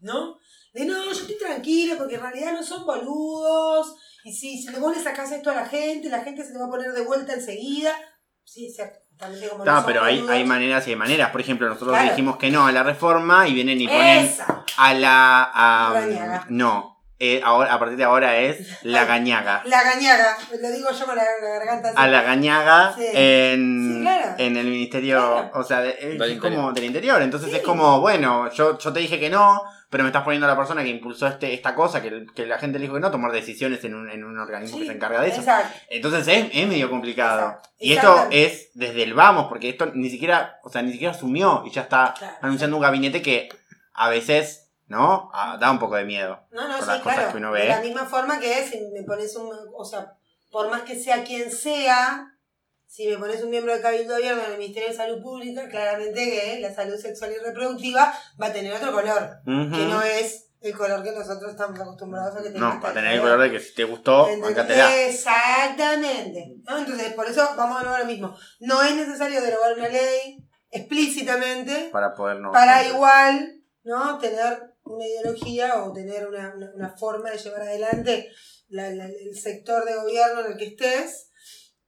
S3: ¿no? De, no, yo estoy tranquilo porque en realidad no son boludos, y si, si vos le sacás esto a la gente, la gente se te va a poner de vuelta enseguida. Sí, es cierto. Totalmente como
S2: Está,
S3: son
S2: pero hay,
S3: boludos.
S2: hay maneras y hay maneras. Por ejemplo, nosotros
S3: Claro.
S2: dijimos que no a la reforma y vienen y ponen
S3: Esa,
S2: a la. a-
S3: Gañaga.
S2: no. Eh, ahora, a partir de ahora es la gañaga.
S3: la gañaga, lo digo yo con la, la garganta así.
S2: A la gañaga
S3: Sí.
S2: en,
S3: Sí, claro.
S2: en el ministerio.
S3: Claro.
S2: O sea, de-
S1: Del
S2: es como
S1: interior.
S2: del interior. Entonces
S3: Sí.
S2: es como, bueno, yo, yo te dije que no, pero me estás poniendo a la persona que impulsó este, esta cosa, que, que la gente le dijo que no, tomar decisiones en un, en un organismo que
S3: Sí,
S2: se encarga de eso.
S3: Exacto.
S2: Entonces es, es medio complicado.
S3: Exacto.
S2: Y esto
S3: Exactamente.
S2: es desde el vamos, porque esto ni siquiera, o sea, ni siquiera asumió y ya está
S3: Claro.
S2: anunciando un gabinete que a veces, ¿no? Ah, da un poco de miedo.
S3: No, no,
S2: por
S3: sí,
S2: las cosas
S3: claro.
S2: que uno ve.
S3: De la misma forma que es, si me pones un. O sea, por más que sea quien sea, si me pones un miembro de Cabildo Abierto en el Ministerio de Salud Pública, claramente que la salud sexual y reproductiva va a tener otro color,
S2: Ujú.
S3: que no es el color que nosotros estamos acostumbrados a que tenga.
S2: No,
S3: esta
S2: para tener el
S3: idea.
S2: color de que si te gustó,
S3: ¿Entendés?
S2: bancátela.
S3: Exactamente. ¿no? Entonces, por eso vamos a nuevo a lo mismo. No es necesario derogar una ley explícitamente
S2: Para poder no.
S3: para igual no tener una ideología o tener una, una- una forma de llevar adelante la- la- el sector de gobierno en el que estés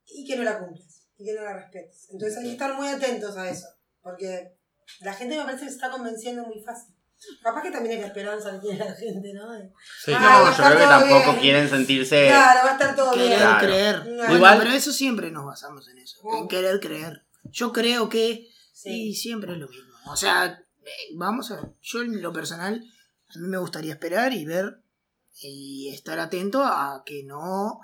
S3: y que no la cumplas y que no la respetes. Entonces hay que estar muy atentos a eso, porque la gente me parece que se está convenciendo muy fácil. Capaz que también es la esperanza que tiene la gente, ¿no? De-
S1: Sí,
S2: No,
S3: Ah, va a
S2: yo
S3: estar
S2: creo que
S3: todo
S2: tampoco
S3: bien.
S2: quieren sentirse.
S3: Claro, va a estar todo bien.
S4: Querer
S2: Claro.
S4: creer.
S3: Claro.
S4: Igual,
S1: Igual-
S4: pero eso siempre nos basamos en eso. En
S3: Mm.
S4: querer creer. Yo creo que.
S3: Sí.
S4: Y siempre es lo mismo. O sea, eh, vamos a. Yo en lo personal, a mí me gustaría esperar y ver y estar atento a que no.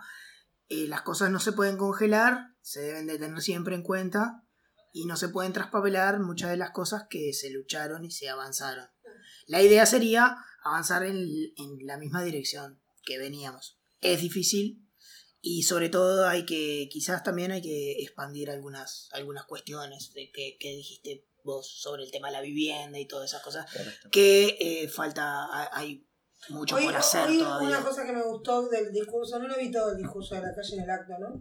S4: eh, las cosas no se pueden congelar, se deben de tener siempre en cuenta y no se pueden traspapelar muchas de las cosas que se lucharon y se avanzaron. La idea sería avanzar en, en la misma dirección que veníamos. Es difícil y sobre todo hay que, quizás también hay que expandir algunas, algunas cuestiones de que, que dijiste vos sobre el tema de la vivienda y todas esas cosas, que eh, falta, ha- hay mucho
S3: Hoy,
S4: por hacer
S3: hoy una
S4: todavía.
S3: cosa que me gustó del discurso, no lo vi todo el discurso de la calle en el acto, ¿no?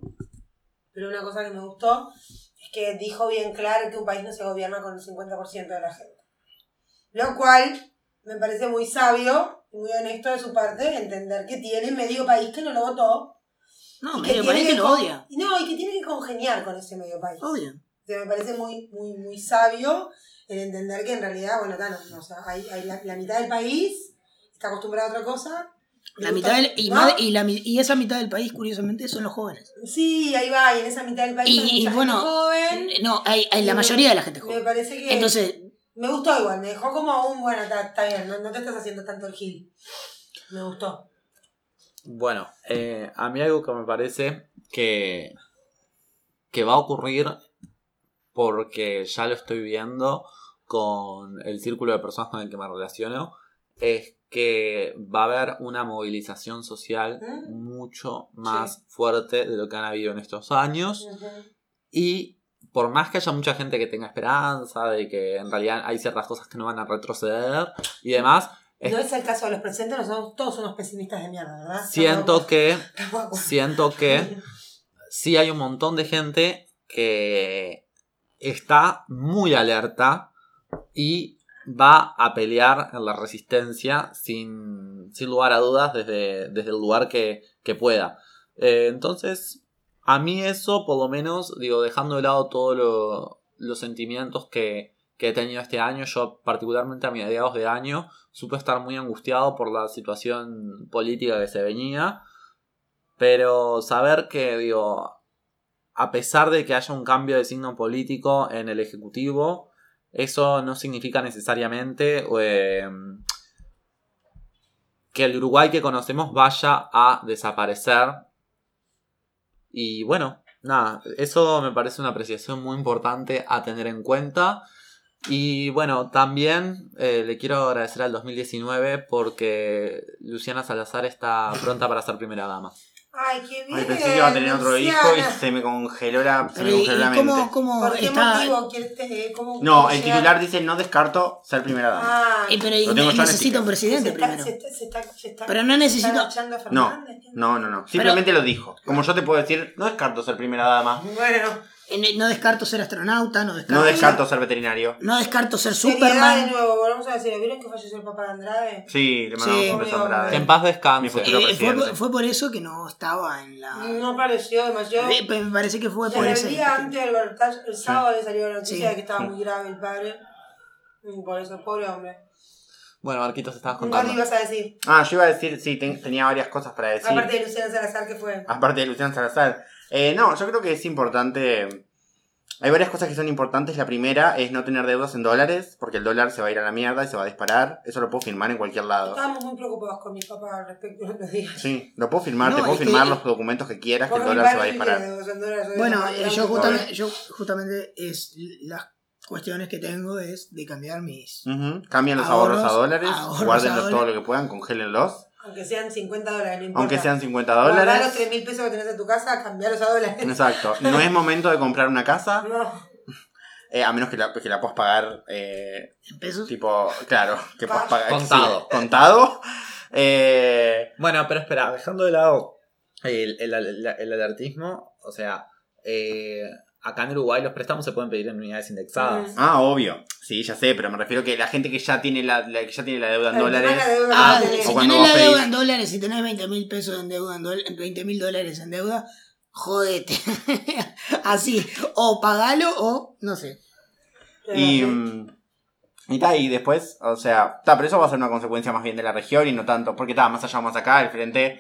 S3: Pero una cosa que me gustó es que dijo bien claro que un país no se gobierna con el 50% de la gente. Lo cual me parece muy sabio y muy honesto de su parte entender que tiene medio país que no lo votó.
S4: No,
S3: y
S4: medio
S3: tiene
S4: parece que lo
S3: con-
S4: odia.
S3: y No, y que tiene que congeniar con ese medio país.
S4: Odia.
S3: O sea, me parece muy, muy, muy sabio el entender que en realidad, bueno, acá no, no, o sea, hay, hay la, la mitad del país está acostumbrada a otra cosa.
S4: La mitad del- y,
S3: ¿No?
S4: más- y, la mi- y esa mitad del país, curiosamente, son los jóvenes.
S3: Sí, ahí va, y en esa mitad del país hay
S4: Y- y
S3: mucha gente
S4: bueno,
S3: joven.
S4: No, hay, hay la
S3: Me-
S4: mayoría de la gente
S3: Me
S4: joven.
S3: parece que.
S4: Entonces,
S3: me gustó igual, me dejó como un bueno, está está bien, no, no te estás haciendo tanto el gil. Me gustó.
S1: Bueno, eh, a mí algo que me parece que, que va a ocurrir, porque ya lo estoy viendo con el círculo de personas con el que me relaciono, es que va a haber una movilización social
S3: ¿Mm?
S1: mucho más fuerte de lo que han habido en estos años.
S3: Ujú.
S2: Eh.
S1: Y por más que haya mucha gente que tenga esperanza de que en realidad hay ciertas cosas que no van a retroceder y demás, Es-
S3: No es el caso de los presentes, nosotros todos somos pesimistas de mierda, ¿verdad?
S1: siento que,
S3: Tampoco.
S1: siento que sí hay un montón de gente que está muy alerta y va a pelear en la resistencia sin, sin lugar a dudas desde, desde el lugar que, que pueda. Eh, entonces, a mí eso, por lo menos, digo, dejando de lado todos los sentimientos que, que he tenido este año, yo particularmente a mediados de año supe estar muy angustiado por la situación política que se venía, pero saber que, digo, a pesar de que haya un cambio de signo político en el Ejecutivo, Eso no significa necesariamente eh, que el Uruguay que conocemos vaya a desaparecer. Y bueno, nada, eso me parece una apreciación muy importante a tener en cuenta. Y bueno, también eh, le quiero agradecer al 2019 porque Luciana Salazar está pronta para ser primera dama.
S3: Ay, qué bien.
S2: Ay, pensé que iba a tener otro hijo y se me congeló la, se me
S4: eh, ¿Y-
S2: congeló la
S4: ¿Y
S2: mente.
S4: cómo, cómo
S3: ¿Por qué
S4: está?
S3: motivo? ¿Quieres te- cómo-
S2: No,
S3: cómo
S2: el
S3: llegar?
S2: titular dice no descarto ser primera dama.
S3: Ah,
S4: Eh, pero
S2: Lo tengo yo en el
S4: necesita un
S2: ticket.
S3: se
S4: presidente
S3: está-
S4: primero.
S3: se está- se está- se está-
S4: Pero no
S3: se
S4: necesito-
S3: está agachando a
S2: No,
S3: Fernández.
S2: No, no, no. Simplemente lo dijo. Como yo te puedo decir, no descarto ser primera dama.
S3: Bueno,
S4: Eh, No descarto ser astronauta, no descarto,
S2: No descarto ser veterinario.
S4: no descarto ser
S3: seriedad de
S4: Superman.
S3: nuevo, volvemos a decirlo. ¿Vieron que falleció el papá de Andrade?
S2: Sí, le mandamos
S4: Sí.
S2: un beso a Andrade.
S1: Que en paz
S2: Mi
S1: descanse.
S2: futuro
S4: Eh, fue,
S2: presidente.
S4: por- fue por eso que no estaba en la...
S3: No apareció demasiado.
S4: Eh, pe- me parece que fue por
S3: Desde
S4: eso.
S3: el día antes del balotaje, el sábado había salido la noticia
S4: Sí.
S3: de que estaba
S2: Sí.
S3: muy grave el padre. Mm, Por eso, pobre hombre.
S1: Bueno, Marquitos, estabas
S3: Nunca te
S1: contando.
S3: ibas a decir.
S2: Ah, yo iba a decir, sí, ten- tenía varias cosas para decir.
S3: Aparte de Luciana Salazar, que fue.
S2: aparte de Luciano Salazar. Eh, no, yo creo que es importante. Hay varias cosas que son importantes. La primera es no tener deudas en dólares, porque el dólar se va a ir a la mierda y se va a disparar. Eso lo puedo firmar en cualquier lado.
S3: Estábamos muy preocupados con mis papás al respecto de los días.
S2: Sí, lo puedo firmar,
S4: No,
S2: te puedo
S4: es que-
S2: firmar los documentos que quieras, que el dólar se va a disparar.
S4: Bueno, eh,
S2: justamente-
S4: yo, justamente, yo justamente es las cuestiones que tengo es de cambiar mis...
S2: Ujú, Cambian los ahorros, a
S4: Ahorros,
S2: dólares,
S4: ahorros
S2: guárdenlos
S4: a dólares.
S2: todo lo que puedan, congélenlos,
S3: Aunque sean 50 dólares, no importa.
S2: aunque sean 50
S3: Guardá los
S2: dólares.
S3: 3 mil pesos que tenés en tu casa, cambiarlos a dólares.
S2: Exacto, no es momento de comprar una casa,
S3: No,
S2: eh, a menos que la, que la puedas pagar eh,
S4: ¿En pesos?
S2: Tipo, claro, que puedas pagar.
S1: Contado.
S2: sí, contado. Eh,
S1: Bueno, pero espera, dejando de lado el, el, el- el alertismo, o sea, eh, acá en Uruguay los préstamos se pueden pedir en unidades indexadas.
S3: Mm.
S2: ah, obvio. Sí, ya sé, pero me refiero que la gente que ya tiene la, la- que ya tiene la deuda en
S3: El tema de la
S2: dólares.
S3: deuda
S4: Ah,
S3: no
S2: o
S3: tenés.
S4: si
S2: cuando
S4: tenés
S2: vos
S4: la
S2: pedís.
S4: deuda en dólares, si tenés 20 mil pesos en deuda, en dola- 20 mil dólares en deuda, jodete. Así, o pagalo o no sé.
S2: Y,
S3: Pero,
S2: mm, y, ta, y después, o sea, ta, pero eso va a ser una consecuencia más bien de la región y no tanto, porque está más allá o más acá, el frente.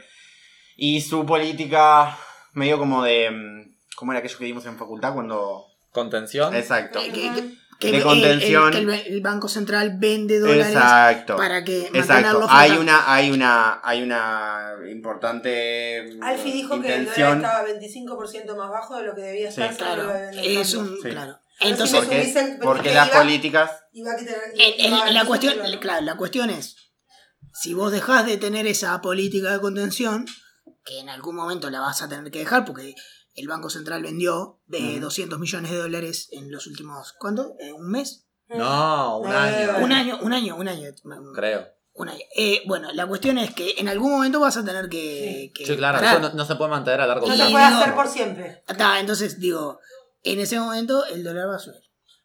S2: Y su política, medio como de. mm, ¿Cómo era aquello que vimos en facultad cuando.?
S1: Contención.
S2: Exacto.
S4: Eh, que- que- que
S2: De
S4: el-
S2: contención.
S4: El, que el- el Banco Central vende dólares
S2: Exacto.
S4: para que mantener
S2: Exacto.
S4: los
S2: Hay
S4: flota-
S2: una, hay una, hay una importante mm,
S3: Alfie dijo que el dólar
S2: intención.
S3: estaba 25% más bajo de lo que debía estar.
S2: Sí.
S3: según
S4: Claro,
S3: lo del
S4: es
S3: banco.
S4: un...
S2: Sí.
S4: Claro.
S3: si
S4: Entonces,
S3: me subís
S2: porque
S3: el-
S2: porque
S3: el
S2: las
S3: IVA,
S2: políticas
S3: Iba a que tener-
S4: El-
S3: iba
S4: el-
S3: a
S4: Eh, la,
S3: tener
S4: cuestión,
S3: un IVA.
S4: claro, la cuestión es, si vos dejás de tener esa política de contención, que en algún momento la vas a tener que dejar, porque el Banco Central vendió de
S2: Ujú.
S4: 200 millones de dólares en los últimos, ¿cuánto? Eh, ¿Un mes?
S1: No, un
S3: Eh,
S1: año.
S4: Un año, un año, un año. mm,
S1: Creo.
S4: un año. Eh, bueno, la cuestión es que en algún momento vas a tener que... que
S1: Sí, claro,
S4: parar.
S1: eso no, no se puede mantener a largo
S3: No
S1: plazo.
S3: se puede hacer por siempre.
S4: Está, entonces digo, en ese momento el dólar va a subir.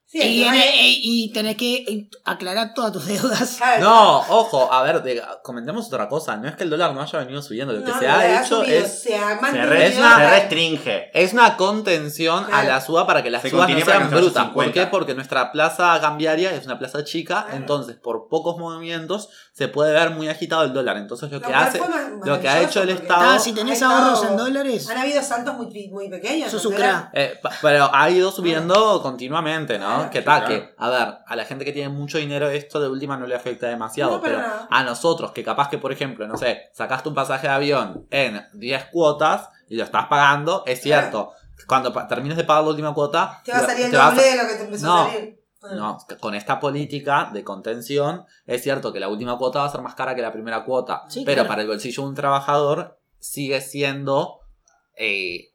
S3: Sí,
S4: y,
S3: el-
S4: en- eh, y tenés que eh, aclarar todas tus deudas.
S3: claro.
S1: No, ojo, a ver, de- comentemos otra cosa. No es que el dólar no haya venido subiendo, lo que
S3: No,
S1: se
S3: no,
S1: ha
S3: ha
S1: hecho
S3: subido,
S1: es,
S3: se ha
S2: se,
S3: mantenido.
S2: re-
S1: Es una-
S2: se restringe.
S1: es una contención a
S3: Claro.
S1: la suba para que las
S2: Se
S1: subas no
S2: contiene para
S1: sean
S2: que no se
S1: brutas.
S2: haya
S1: ¿Por qué?
S2: 50.
S1: Porque nuestra plaza cambiaria es una plaza chica,
S3: Claro.
S1: entonces por pocos movimientos se puede ver muy agitado el dólar. Entonces lo que
S3: cual
S1: hace,
S3: fue ma-
S1: lo que ha
S3: maravilloso
S1: hecho el
S3: porque-
S1: Estado...
S4: Ah, si tenés
S3: Ahí está,
S4: ahorros en
S3: o-
S4: dólares,
S3: Han habido saltos muy, muy pequeños.
S4: sos
S3: ¿no?
S4: un
S3: Era-
S4: crack.
S1: Eh, pa- pero ha ido subiendo continuamente, ¿no?
S3: Claro.
S1: Que
S2: Sí,
S1: taque. A ver, a la gente que tiene mucho dinero esto de última no le afecta demasiado,
S3: No, para
S1: pero
S3: nada.
S1: a nosotros que capaz que, por ejemplo, no sé, sacaste un pasaje de avión en 10 cuotas y lo estás pagando, es cierto. Cuando pa- termines de pagar la última cuota,
S3: Te va a salir el
S1: te vas a-
S3: doble de lo que te empezó a
S1: No.
S3: salir.
S1: no, con esta política de contención, es cierto que la última cuota va a ser más cara que la primera cuota,
S4: Sí,
S1: pero
S4: claro.
S1: para el bolsillo de un trabajador sigue siendo eh,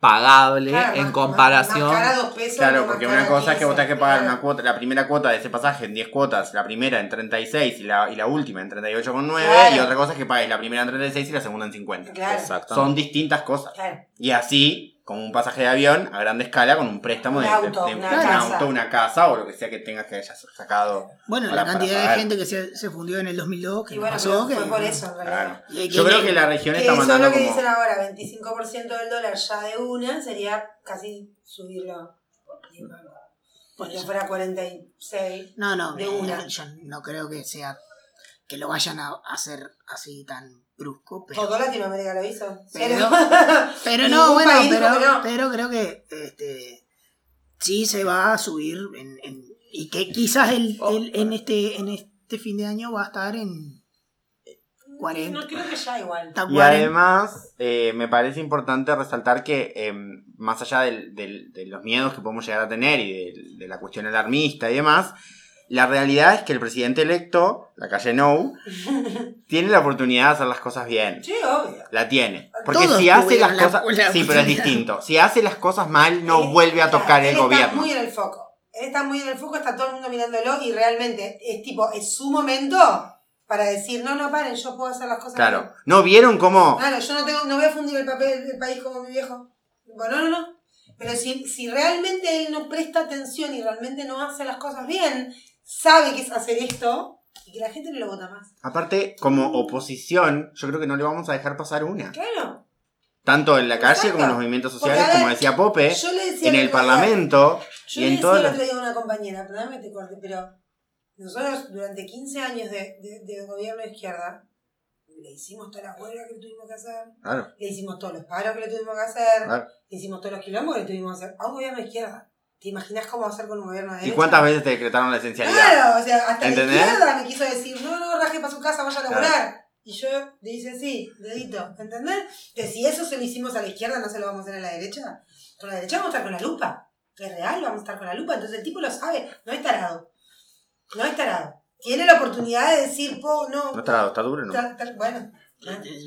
S1: pagable
S3: Claro,
S1: en
S3: más-
S1: comparación.
S3: Más, más cara dos pesos.
S2: Claro,
S3: que
S2: porque
S3: más cara
S2: una cosa es que vos
S3: quince.
S2: tenés que pagar una
S3: Claro.
S2: cuota, la primera cuota de ese pasaje en 10 cuotas, la primera en 36 y la, y la última en 38,9
S3: Claro.
S2: y otra cosa es que pagues la primera en 36 y la segunda en 50.
S3: Claro.
S1: Exacto.
S2: Son distintas cosas.
S3: Claro.
S2: Y así, con un pasaje de avión a grande escala, con un préstamo
S3: Un
S2: de,
S3: auto,
S2: de- de
S3: una
S2: un
S3: casa.
S2: auto, una casa o lo que sea que tengas que hayas sacado.
S4: bueno,
S2: para-
S4: la cantidad
S2: para
S4: de
S2: pagar.
S4: gente que se, se fundió en el 2002, que
S3: Y bueno,
S4: pasó,
S3: pero
S4: que,
S3: fue por eso, en realidad.
S2: Claro.
S4: y hay
S2: Yo
S4: que-
S2: creo que la región
S3: Que
S2: está
S3: Eh, eso es
S2: mandando
S3: lo que
S2: como...
S3: dicen ahora, 25% del dólar ya de una sería casi subirlo.
S4: Por
S3: Porque
S4: eso.
S3: fuera 46.
S4: No, no,
S3: de
S4: no,
S3: una.
S4: yo no creo que sea que lo vayan a hacer así tan brusco, pero,
S3: Todo Latinoamérica lo hizo.
S4: Pero- pero no,
S3: ningún
S4: bueno,
S3: país dijo
S4: pero,
S3: que no.
S4: pero creo que este sí se va a subir en, en- Y que quizás el,
S1: Oh.
S4: el- en, este, en este fin de año va a estar en 40.
S3: No creo que ya igual.
S4: Está
S2: Y
S4: 40.
S2: además, eh, me parece importante resaltar que em, más allá del- del- de los miedos que podemos llegar a tener y del- de, la cuestión alarmista y demás, la realidad es que el presidente electo, la calle No, tiene la oportunidad de hacer las cosas bien.
S3: Sí, obvio.
S2: La tiene. Porque
S4: Todos
S2: si hace las
S4: tuvieron la-
S2: cosas.
S4: la
S2: sí, pero es
S4: oportunidad.
S2: distinto. Si hace las cosas mal, no
S3: Él-
S2: vuelve a tocar
S3: claro,
S2: el
S3: él Está
S2: gobierno.
S3: muy en el foco. Él está muy en el foco, está todo el mundo mirándolo y realmente es tipo, es su momento para decir, no, no, paren, yo puedo hacer las cosas.
S2: Claro. ¿No vieron cómo?
S3: Claro, yo no, tengo, no voy a fundir el papel del país como mi viejo. Digo, no, no, no. Pero si, si realmente él no presta atención y realmente no hace las cosas bien, sabe que es hacer esto y que la gente no lo vota más.
S2: Aparte, como oposición, yo creo que no le vamos a dejar pasar una.
S3: Claro.
S2: Tanto en la calle como en los
S3: Exacto.
S2: movimientos
S3: Porque,
S2: sociales,
S3: a ver,
S2: como decía Pope,
S3: Yo le decía
S2: ¿Eh? en
S3: el
S2: el
S3: otro día-
S2: Parlamento.
S3: Yo
S2: Y
S3: le
S2: en
S3: decía
S2: todas
S3: el
S2: las-
S3: otro día a una compañera, perdóname que te corte, pero nosotros durante 15 años de, de- de gobierno de izquierda le hicimos todas las huelgas que tuvimos que hacer,
S2: Claro,
S3: le hicimos todos los paros que le tuvimos que hacer,
S2: claro.
S3: le hicimos todos los quilombos que le tuvimos que hacer a un gobierno de izquierda. ¿Te imaginas cómo va a ser con un gobierno de
S2: ¿Y
S3: derecha?
S2: cuántas veces te decretaron la esencialidad?
S3: Claro, o sea, hasta
S2: ¿Entendés?
S3: la izquierda me quiso decir, no, no, raje para su casa, vaya a laburar. Y yo le hice así, dedito, ¿entendés? Que si eso se lo hicimos a la izquierda, no se lo vamos a hacer a la derecha. Con la derecha vamos a estar con la lupa. Es real, vamos a estar con la lupa. Entonces el tipo lo sabe, no es tarado. No es tarado. Tiene la oportunidad de decir, po, no.
S2: No está, está duro, ¿no?
S3: tal- tal- bueno.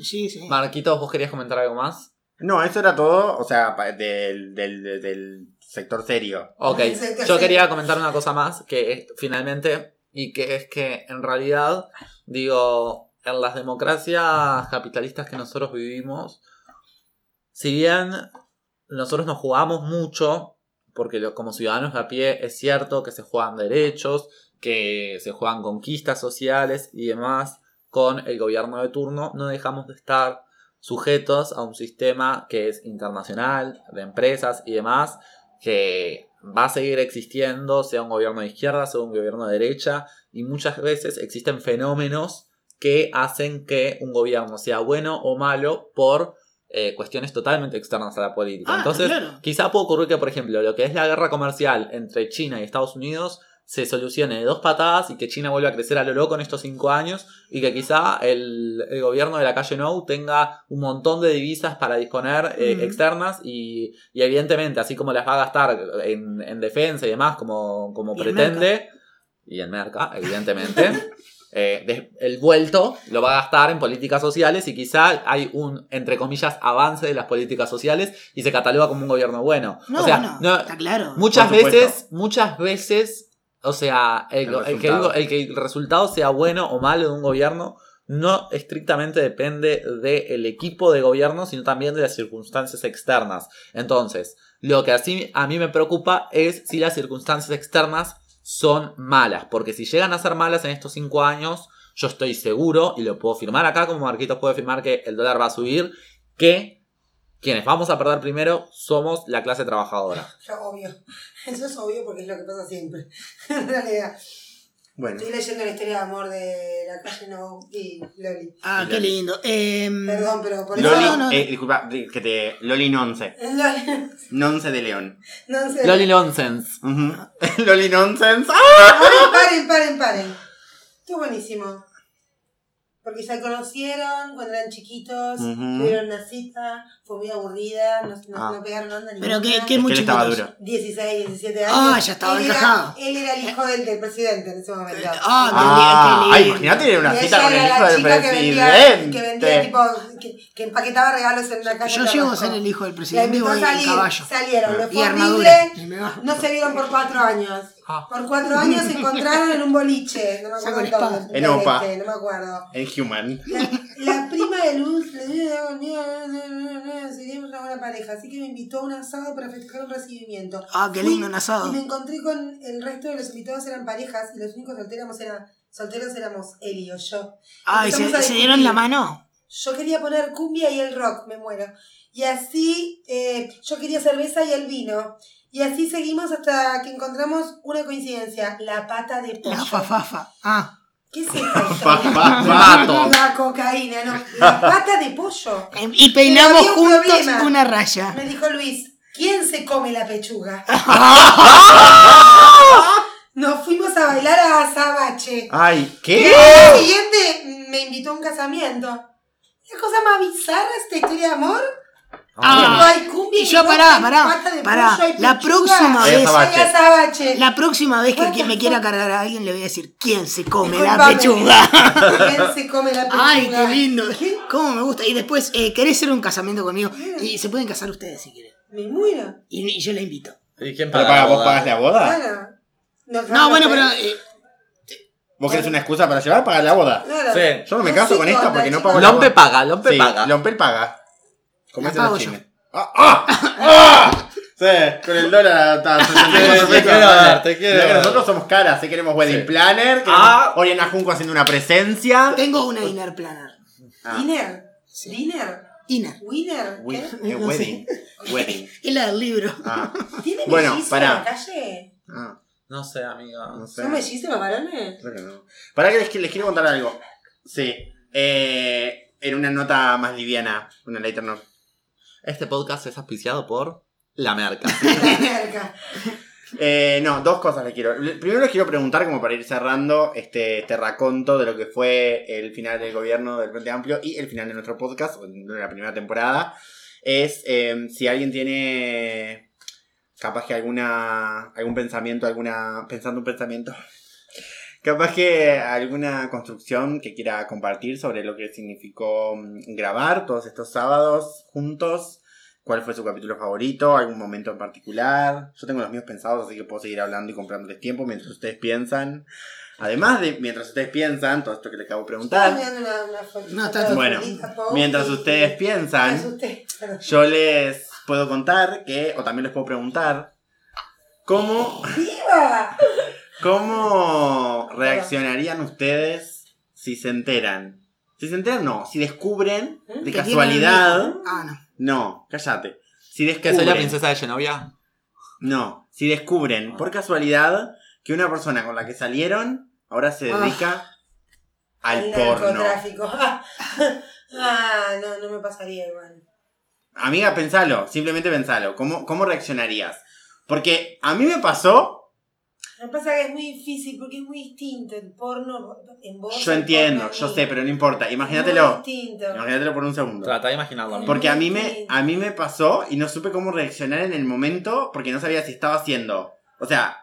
S4: Sí, Ah, sí.
S1: Marquitos, ¿vos querías comentar algo más?
S2: No, eso era todo, o sea, pa- del, del- del- del sector serio.
S1: Ok,
S3: Sí, sí,
S1: yo
S3: sí.
S1: quería comentar una cosa más, que es, finalmente, y que es que en realidad, digo, en las democracias capitalistas que nosotros vivimos, si bien nosotros nos jugamos mucho, porque lo- como ciudadanos de a pie es cierto que se juegan derechos, que se juegan conquistas sociales y demás con el gobierno de turno, no dejamos de estar sujetos a un sistema que es internacional, de empresas y demás, que va a seguir existiendo, sea un gobierno de izquierda, sea un gobierno de derecha, y muchas veces existen fenómenos que hacen que un gobierno sea bueno o malo por eh, cuestiones totalmente externas a la política.
S4: Ah,
S1: Entonces,
S4: claro.
S1: Quizá puede ocurrir que, por ejemplo, lo que es la guerra comercial entre China y Estados Unidos se solucione de dos patadas y que China vuelva a crecer a lo loco en estos cinco años y que quizá el, el gobierno de la calle No tenga un montón de divisas para disponer eh,
S4: Ujú.
S1: externas y, y evidentemente, así como las va a gastar en, en defensa y demás como, como
S4: Y en
S1: pretende, y en merca, evidentemente. eh, des- el vuelto lo va a gastar en políticas sociales y quizá hay un, entre comillas, avance de las políticas sociales y se cataloga como un gobierno bueno.
S4: No,
S1: o sea,
S4: bueno,
S1: no-
S4: está claro.
S1: muchas
S2: Por supuesto.
S1: veces, muchas veces, o sea, el,
S2: El
S1: go- el que, el,
S2: resultado.
S1: go- el que el resultado sea bueno o malo de un gobierno no estrictamente depende del equipo de gobierno, sino también de las circunstancias externas. Entonces, lo que así a mí me preocupa es si las circunstancias externas son malas, porque si llegan a ser malas en estos cinco años, yo estoy seguro, y lo puedo firmar acá, como Marquitos puede firmar que el dólar va a subir, que quienes vamos a perder primero somos la clase trabajadora.
S3: Yo, obvio. Eso es obvio porque es lo que pasa siempre. en realidad.
S2: Bueno,
S3: Estoy leyendo la historia de amor de la calle No y Loli.
S4: Ah, qué lindo. Em,
S3: Perdón, pero por eso.
S2: Mm. Loli,
S4: No, no, no.
S2: eh, disculpa, di- que te, Loli Nonce.
S3: Loli.
S2: Nonce de León.
S3: No sé.
S1: Loli Nonsense.
S2: Ujú. Loli Nonsense.
S3: Ay, Ah, paren, paren, paren. Estuvo buenísimo. Porque se conocieron cuando eran chiquitos,
S2: Ujú.
S3: tuvieron una cita, fue muy aburrida, no, no-
S2: Ah.
S3: no pegaron onda ni
S4: Pero
S3: nada.
S4: qué, qué
S2: Es que él estaba
S4: muchitos.
S2: duro.
S3: 16, 17 años.
S4: Ah, ya estaba
S3: él era-
S4: encajado.
S3: él era el hijo del, del presidente en ese momento.
S4: Ah,
S2: Ah,
S4: qué
S2: ay,
S4: lindo.
S2: imagínate tener una
S3: Y
S2: cita
S3: ella
S2: con el
S3: era
S2: hijo
S3: la
S2: del
S3: chica que
S2: presidente.
S3: vendía, que vendía tipo, que, que empaquetaba regalos en una casa.
S4: Yo
S3: de
S4: llego a
S3: trabajo.
S4: ser el hijo del
S3: La
S4: presidente y
S3: invitó a
S4: voy en
S3: salir,
S4: caballo.
S3: salieron, le
S4: Y
S3: fue
S4: armadura.
S3: horrible,
S4: Y me va.
S3: no se vieron por cuatro años.
S1: Ah.
S3: Por cuatro años se encontraron en un boliche. No me
S4: Saco
S3: acuerdo.
S4: la espada.
S3: dónde,
S2: En Opa.
S3: No me acuerdo.
S2: El human.
S3: La, la prima de Luz le dijo, "Mira, no, no, no, no, seríamos una buena pareja. Así que me invitó a un asado para festejar un recibimiento.
S4: Ah, qué lindo un
S3: Y
S4: asado.
S3: me encontré con el resto de los invitados eran parejas y los únicos solteros, era, solteros éramos él y yo. Empezamos
S4: Ay,
S3: a
S4: ¿se, se
S3: discutir.
S4: dieron la mano?
S3: Yo quería poner cumbia y el rock, me muero. Y así eh, yo quería cerveza y el vino. Y así seguimos hasta que encontramos una coincidencia, la pata de pollo.
S4: La fafafa. Ah,
S3: ¿Qué es esa
S2: Pa,
S3: historia?
S2: pa,
S1: Te
S2: pa.
S1: mato.
S3: La cocaína, no. La pata de pollo.
S4: em, y peinamos
S3: Pero había un
S4: juntos
S3: problema.
S4: una raya.
S3: Me dijo Luis, ¿quién se come la pechuga? Nos fuimos a bailar a Azabache.
S2: Ay,
S3: Y
S2: ¿qué?
S3: al día siguiente me invitó a un casamiento. La cosa más bizarra esta historia de amor.
S4: Ah,
S3: No hay cumbia.
S4: y yo,
S3: no
S4: pará,
S3: hay
S4: pará,
S3: pata de
S4: pará.
S3: pollo, hay pechuga.
S4: La próxima
S2: Hay
S4: vez-
S2: azabache.
S3: Hay azabache.
S4: La próxima vez que
S3: What
S4: que
S3: the
S4: me quiera
S3: fuck?
S4: cargar a alguien le voy a decir, ¿quién se come la
S3: Disculpame.
S4: pechuga?
S3: ¿Quién se come la pechuga?
S4: Ay, qué lindo. ¿Cómo me gusta? Y después, eh, ¿querés hacer un casamiento conmigo?
S3: Bien.
S4: Y se pueden casar ustedes si quieren.
S3: Me muero.
S4: Y, y yo la invito.
S1: ¿Y quién
S2: ¿Pero
S1: paga?
S2: para,
S1: la
S2: vos
S1: boda?
S2: pagas la boda?
S3: Claro. Nos
S4: No,
S3: vamos
S4: bueno,
S3: a-
S4: pero eh,
S2: ¿Vos querés una excusa para llevar? Pagar la boda.
S3: Claro.
S1: Sí.
S2: Yo no me caso
S3: Sí,
S2: con esta
S3: onda,
S2: porque no
S3: chicos.
S2: pago la
S1: Lompe
S2: boda.
S1: paga, Lompe
S2: Sí,
S1: paga.
S2: Lompel paga. Como
S4: La
S2: hacen los
S4: pago yo.
S2: chinos. ¡Ah! ¡Ah! ¡Ah! Sí, con el dólar a- a-
S1: te
S2: pesos.
S1: quiero ver, te quiero
S2: Mirá que
S1: ver.
S2: Nosotros somos caras, ¿eh? queremos wedding
S1: Sí.
S2: planner, queremos
S1: Ah.
S2: Oriana Junco haciendo una presencia.
S4: tengo una dinner planner.
S2: Ah.
S3: Dinner.
S4: Sí.
S3: Dinner.
S4: Ina.
S3: Winner.
S2: We-
S3: ¿eh?
S2: eh,
S4: No
S2: wedding. Wedding.
S4: Es la del libro.
S2: Ah.
S3: ¿Tiene
S2: Bueno,
S3: mellizo
S2: pará.
S3: en la calle?
S2: Ah,
S1: No sé, amiga.
S2: no sé.
S3: ¿Son mellizos los varones?
S2: Creo que no. Pará que les, les quiero contar algo. Sí. Eh, en una nota más liviana, una later note.
S1: Este podcast es auspiciado por La Merca.
S3: Cerca.
S2: Eh, no, dos cosas les quiero. Le- Primero les quiero preguntar, como para ir cerrando, este terraconto de lo que fue el final del gobierno del Frente Amplio y el final de nuestro podcast, o de la primera temporada, es eh, si alguien tiene capaz que alguna algún pensamiento, alguna pensando un pensamiento, capaz que alguna construcción que quiera compartir sobre lo que significó mm, grabar todos estos sábados juntos. ¿Cuál fue su capítulo favorito? ¿Algún momento en particular? Yo tengo los míos pensados, así que puedo seguir hablando y comprándoles tiempo mientras ustedes piensan. Además de mientras ustedes piensan, todo esto que les acabo de
S3: Estaba
S2: preguntar,
S3: mirando una- una foto-
S4: No, está-
S3: foto de
S2: bueno,
S3: Julita Pou
S2: mientras
S3: y-
S2: ustedes
S3: mientras
S2: piensan,
S3: ustedes- perdón.
S2: yo les puedo contar que, o también les puedo preguntar, ¿cómo,
S3: ¡Viva!
S2: cómo reaccionarían ustedes si se enteran? Si se enteran, no, si descubren de
S4: Que
S2: casualidad.
S4: tiene- Ah, no.
S2: No, cállate. Si
S1: ¿Que soy la
S2: descubren.
S1: princesa de Genovia?
S2: No, si descubren por casualidad que una persona con la que salieron ahora se
S4: Ah.
S2: dedica al
S3: El
S2: porno.
S3: narcotráfico. Ah, no, no me pasaría igual.
S2: Amiga, pensalo, simplemente pensalo. ¿Cómo, ¿Cómo reaccionarías? Porque a mí me pasó,
S3: Lo que pasa es que es muy difícil porque es muy distinto el porno en voz.
S2: yo
S3: el
S2: entiendo,
S3: porno en
S2: yo
S3: mí.
S2: sé, pero no importa.
S3: Es
S2: Imagínatelo.
S3: muy distinto.
S2: Imagínatelo por un segundo.
S1: Trata de imaginarlo, amiga.
S2: Porque a mí, me, a mí me pasó y no supe cómo reaccionar en el momento porque no sabía si estaba haciendo. O sea,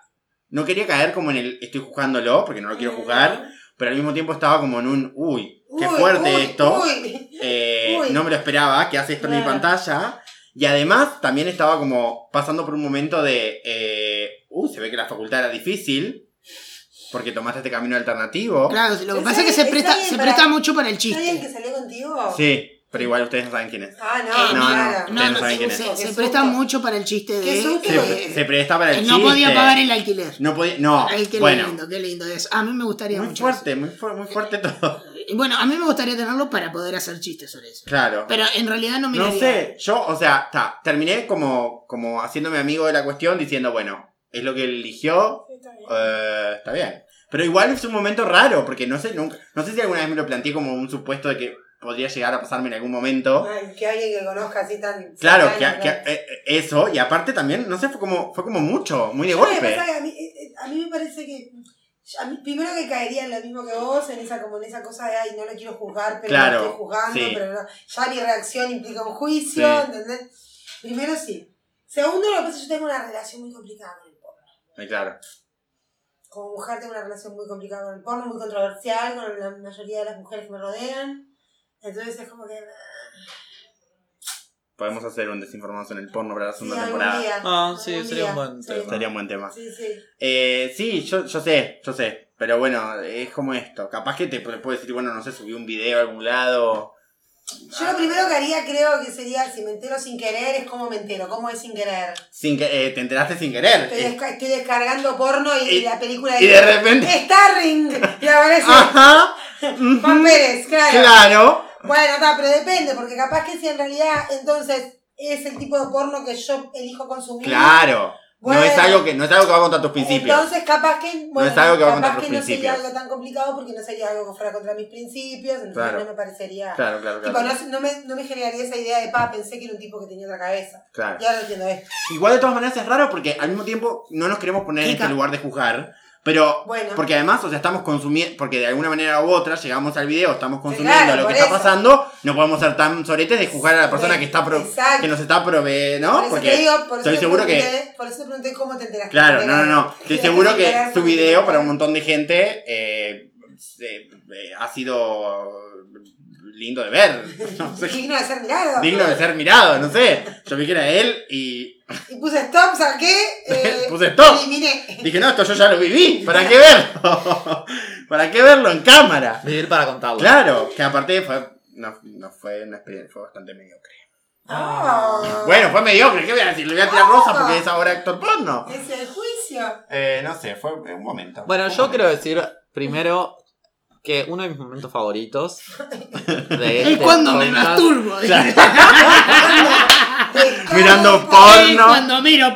S2: no quería caer como en el estoy juzgándolo porque no lo quiero juzgar, pero al mismo tiempo estaba como en un uy, qué
S3: Mm. Uy,
S2: fuerte
S3: uy,
S2: esto.
S3: uy.
S2: Eh,
S3: Uy.
S2: no me lo esperaba, que hace esto en mi
S3: Claro.
S2: pantalla. Y además también estaba como pasando por un momento de, eh, uh, se ve que la facultad era difícil, porque tomaste este camino alternativo.
S4: Claro, lo que
S3: Está
S4: pasa es que
S3: bien,
S4: se
S3: está
S4: presta,
S3: bien
S4: se
S3: para-
S4: presta mucho para el
S3: ¿Está bien que
S4: chiste.
S3: salió contigo?
S2: Sí, pero igual ustedes no saben quién es.
S3: Ah,
S4: Eh,
S3: no,
S2: no,
S3: claro.
S2: no, no saben quién es.
S4: se,
S3: Qué
S4: se
S3: susto.
S4: presta mucho para el chiste de
S3: Qué susto.
S4: eh,
S2: Se, se presta para el
S4: que no podía
S2: chiste.
S4: pagar el alquiler.
S2: No podía, no,
S4: Ay, qué
S2: bueno,
S4: lindo, qué lindo es. A mí me gustaría
S2: muy
S4: mucho
S2: fuerte, muy, fu- muy fuerte todo.
S4: eso. Y Bueno, a mí me gustaría tenerlo para poder hacer chistes sobre eso.
S2: Claro.
S4: Pero en realidad no me
S2: No sé, yo, o sea, ta, terminé como, como haciéndome amigo de la cuestión diciendo, bueno, es lo que él eligió,
S3: Está bien.
S2: Eh, está bien. Pero igual es un momento raro, porque no sé, nunca, no sé si alguna vez me lo planteé como un supuesto de que podría llegar a pasarme en algún
S4: Ah,
S2: momento.
S3: Ay, que alguien que conozca así tan.
S2: Claro, que,
S3: cercano,
S2: que-
S3: claro.
S2: eh, eh, eso, y aparte también, no sé, fue como, fue como mucho, muy de
S3: Yo lo que
S2: golpe.
S3: pasa es que A mí, eh, eh, a mí me parece que. a mí- primero que caería en lo mismo que vos, en esa, como en esa cosa de ay, no lo quiero juzgar, pero
S2: Claro,
S3: lo estoy juzgando,
S2: sí.
S3: pero no. Ya mi reacción implica un juicio,
S2: Sí.
S3: ¿entendés? Primero sí. Segundo, lo que pasa es que yo tengo una relación muy complicada con el porno.
S2: Eh, Claro.
S3: Como mujer tengo una relación muy complicada con el porno, muy controversial con la mayoría de las mujeres que me rodean. Entonces es como que.
S2: Podemos hacer un desinformados en el porno para la
S3: Sí,
S2: segunda
S3: algún
S2: temporada.
S3: día.
S1: Ah, sí,
S3: algún
S1: sería
S3: día,
S1: un buen
S3: sí.
S1: tema.
S2: Sería un buen tema.
S3: Sí, sí.
S2: Eh, sí, yo, yo sé, yo sé. Pero bueno, es como esto. Capaz que te pu- puedo decir, bueno, no sé, subí un video a algún lado. Ah.
S3: Yo lo primero que haría creo que sería, si me entero sin querer, es cómo me entero, cómo es sin querer.
S2: Sin que, eh, te enteraste sin querer.
S3: Estoy,
S2: Eh,
S3: desca- estoy descargando porno y,
S2: Y-
S3: la película
S2: y de repente.
S3: Starring, y aparece
S2: Ajá.
S3: Juan
S2: ujú,
S3: Pérez, claro.
S2: Claro.
S3: Bueno, está, pero depende, porque capaz que si en realidad entonces es el tipo de porno que yo elijo consumir.
S2: Claro.
S3: Bueno.
S2: no, es algo que, no es algo que va contra tus principios.
S3: Entonces capaz que, bueno,
S2: es algo que va
S3: capaz
S2: contra
S3: que
S2: tus
S3: no sería
S2: principios.
S3: algo tan complicado porque no sería algo que fuera contra mis principios, entonces
S2: Claro.
S3: no me parecería...
S2: claro, claro,
S3: Tipo,
S2: claro.
S3: no, no me, no me generaría esa idea de, pa, pensé que era un tipo que tenía otra cabeza.
S2: Claro.
S3: Y ahora entiendo esto.
S2: Igual de todas maneras es raro porque al mismo tiempo no nos queremos poner en
S4: Kika.
S2: este lugar de juzgar. Pero,
S3: Bueno.
S2: porque además, o sea, estamos consumiendo, porque de alguna manera u otra llegamos al video, estamos consumiendo
S3: Claro,
S2: lo
S3: por
S2: que está
S3: eso.
S2: pasando, no podemos ser tan soretes de juzgar a la persona que está pro-
S3: Exacto.
S2: que nos está prove, ¿no?
S3: Por eso
S2: porque
S3: te digo, por eso
S2: estoy
S3: te
S2: seguro que
S3: pregunté- Por eso te pregunté cómo te enteraste.
S2: Claro,
S3: Te
S2: no, no, no.
S3: enteraste.
S2: Estoy
S3: Te
S2: seguro que
S3: enteraste.
S2: tu video para un montón de gente eh, se- eh, ha sido lindo de ver. No sé.
S3: Digno de ser mirado.
S2: digno de ser mirado, no sé. Yo vi que era él y
S3: Y puse stop, saqué. Eh,
S2: puse stop.
S3: Eliminé.
S2: dije, no, esto yo ya lo viví. ¿Para qué verlo? ¿Para qué verlo en cámara?
S1: Vivir para contarlo.
S2: Claro, que aparte fue, no, no fue una experiencia, fue bastante mediocre.
S3: Ah.
S2: Bueno, fue mediocre, ¿qué voy a decir? Le voy a tirar rosas porque es ahora actor porno.
S3: Es el juicio.
S2: Eh, no sé, fue un momento.
S1: Bueno,
S2: Fue un
S1: yo
S2: momento.
S1: quiero decir primero que uno de mis momentos favoritos de
S4: Es
S1: este
S4: cuando me
S1: podcast-
S4: masturbo. dice.
S2: Mirando
S4: Es
S2: porno.
S4: cuando miro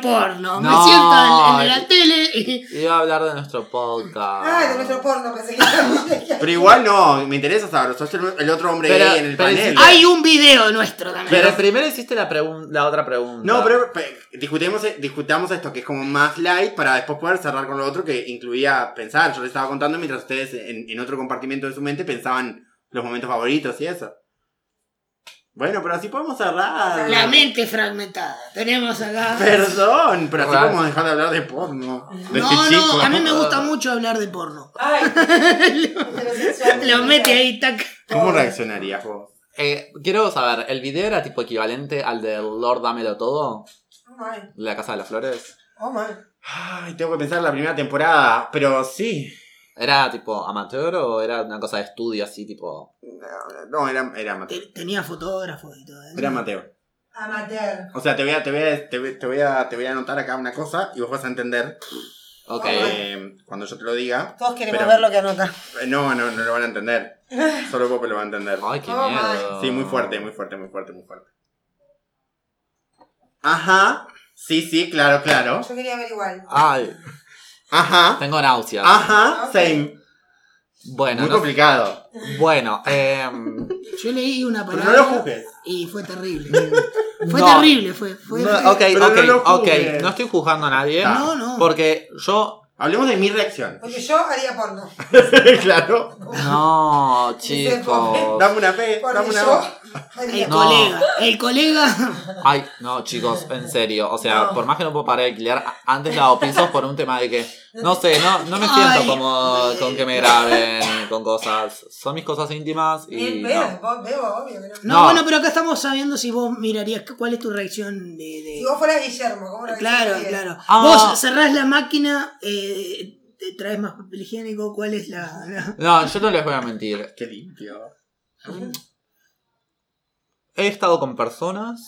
S1: No.
S4: porno. Me siento en, en la tele y.
S1: Iba a hablar de nuestro podcast.
S3: Ah, de nuestro porno, pensé que
S2: Pero igual no, me interesa saber, sos el, el otro hombre
S1: Pero-
S2: gay en el
S1: pero
S2: panel.
S1: si-
S4: Hay un video nuestro también.
S1: Pero primero hiciste la, pregun- la otra pregunta.
S2: No, pero, pero discutimos, discutamos esto que es como más light para después poder cerrar con lo otro que incluía pensar. Yo les estaba contando mientras ustedes en, en otro compartimento de su mente pensaban los momentos favoritos y eso. Bueno, pero así podemos cerrar.
S4: La mente fragmentada. Tenemos acá.
S2: Perdón, pero así
S1: Raro.
S2: podemos dejar de hablar de porno. De
S4: no,
S2: este chico.
S4: no, a mí me gusta mucho hablar de porno.
S3: Ay,
S4: Lo mete ahí, tac.
S2: ¿Cómo reaccionarías vos?
S1: Eh, quiero saber, ¿el video era tipo equivalente al de Lord Dámelo Todo?
S3: Oh my.
S1: De la Casa de las Flores.
S3: Oh my.
S2: Ay, tengo que pensar la primera temporada, pero sí.
S1: ¿Era tipo amateur o era una cosa de estudio así tipo...
S2: No, era, era Mateo.
S4: Te- Tenía fotógrafos y todo. ¿eh?
S2: Era Mateo.
S3: Amateur.
S2: O sea, te voy a, te voy a, te voy- te voy a, te voy a anotar acá una cosa y vos vas a entender
S1: Ok.
S2: eh, cuando yo te lo diga.
S3: Todos queremos
S2: Pero-
S3: ver lo que anota.
S2: Eh, No, no, no lo van a entender. Solo Pope lo va a entender.
S1: Ay, qué
S3: Oh,
S1: miedo.
S2: Sí, muy fuerte, muy fuerte, muy fuerte, muy fuerte. Ajá. Sí, sí, claro, claro.
S3: Yo quería ver igual.
S1: Ay,
S2: Ajá.
S1: tengo náuseas.
S2: Ajá.
S3: Ok.
S2: Same.
S1: bueno,
S2: Ah, Muy
S1: no-
S2: complicado.
S1: bueno, em,
S4: Yo leí una
S2: Pero
S4: palabra.
S2: no lo juzgues.
S4: Y fue terrible. fue
S1: No.
S4: terrible, fue. fue
S1: No, ok,
S2: Pero
S1: ok,
S2: no lo
S1: ok.
S2: juzgues.
S1: No estoy juzgando a nadie.
S2: Ah.
S4: No, no.
S1: Porque yo.
S2: Hablemos de mi reacción.
S3: Porque yo haría porno.
S2: claro.
S1: No, chicos.
S2: Dame una fe, dame
S3: Porque
S2: una
S3: yo
S2: voz.
S3: haría
S4: El
S1: No.
S4: colega. El colega.
S1: Ay, no, chicos, en serio. O sea,
S3: No.
S1: por más que no puedo parar de alquilar, a- antes la pisos por un tema de que. No sé, no, no me
S4: Ay.
S1: siento como con que me graben con cosas. Son mis cosas íntimas
S3: Ni
S1: y.
S3: en
S1: no.
S3: pedo, vos bebo, obvio que no.
S4: No,
S1: No.
S4: bueno, pero acá estamos sabiendo si vos mirarías que- cuál es tu reacción de. de-
S3: Si vos fueras Guillermo, ¿cómo lo
S4: Claro,
S3: hiciste?
S4: claro.
S1: Ah.
S4: Vos cerrás la máquina, eh, te traes más papel higiénico, ¿cuál es la...? la-
S1: No, yo no les voy a mentir.
S2: Qué limpio.
S1: He estado con personas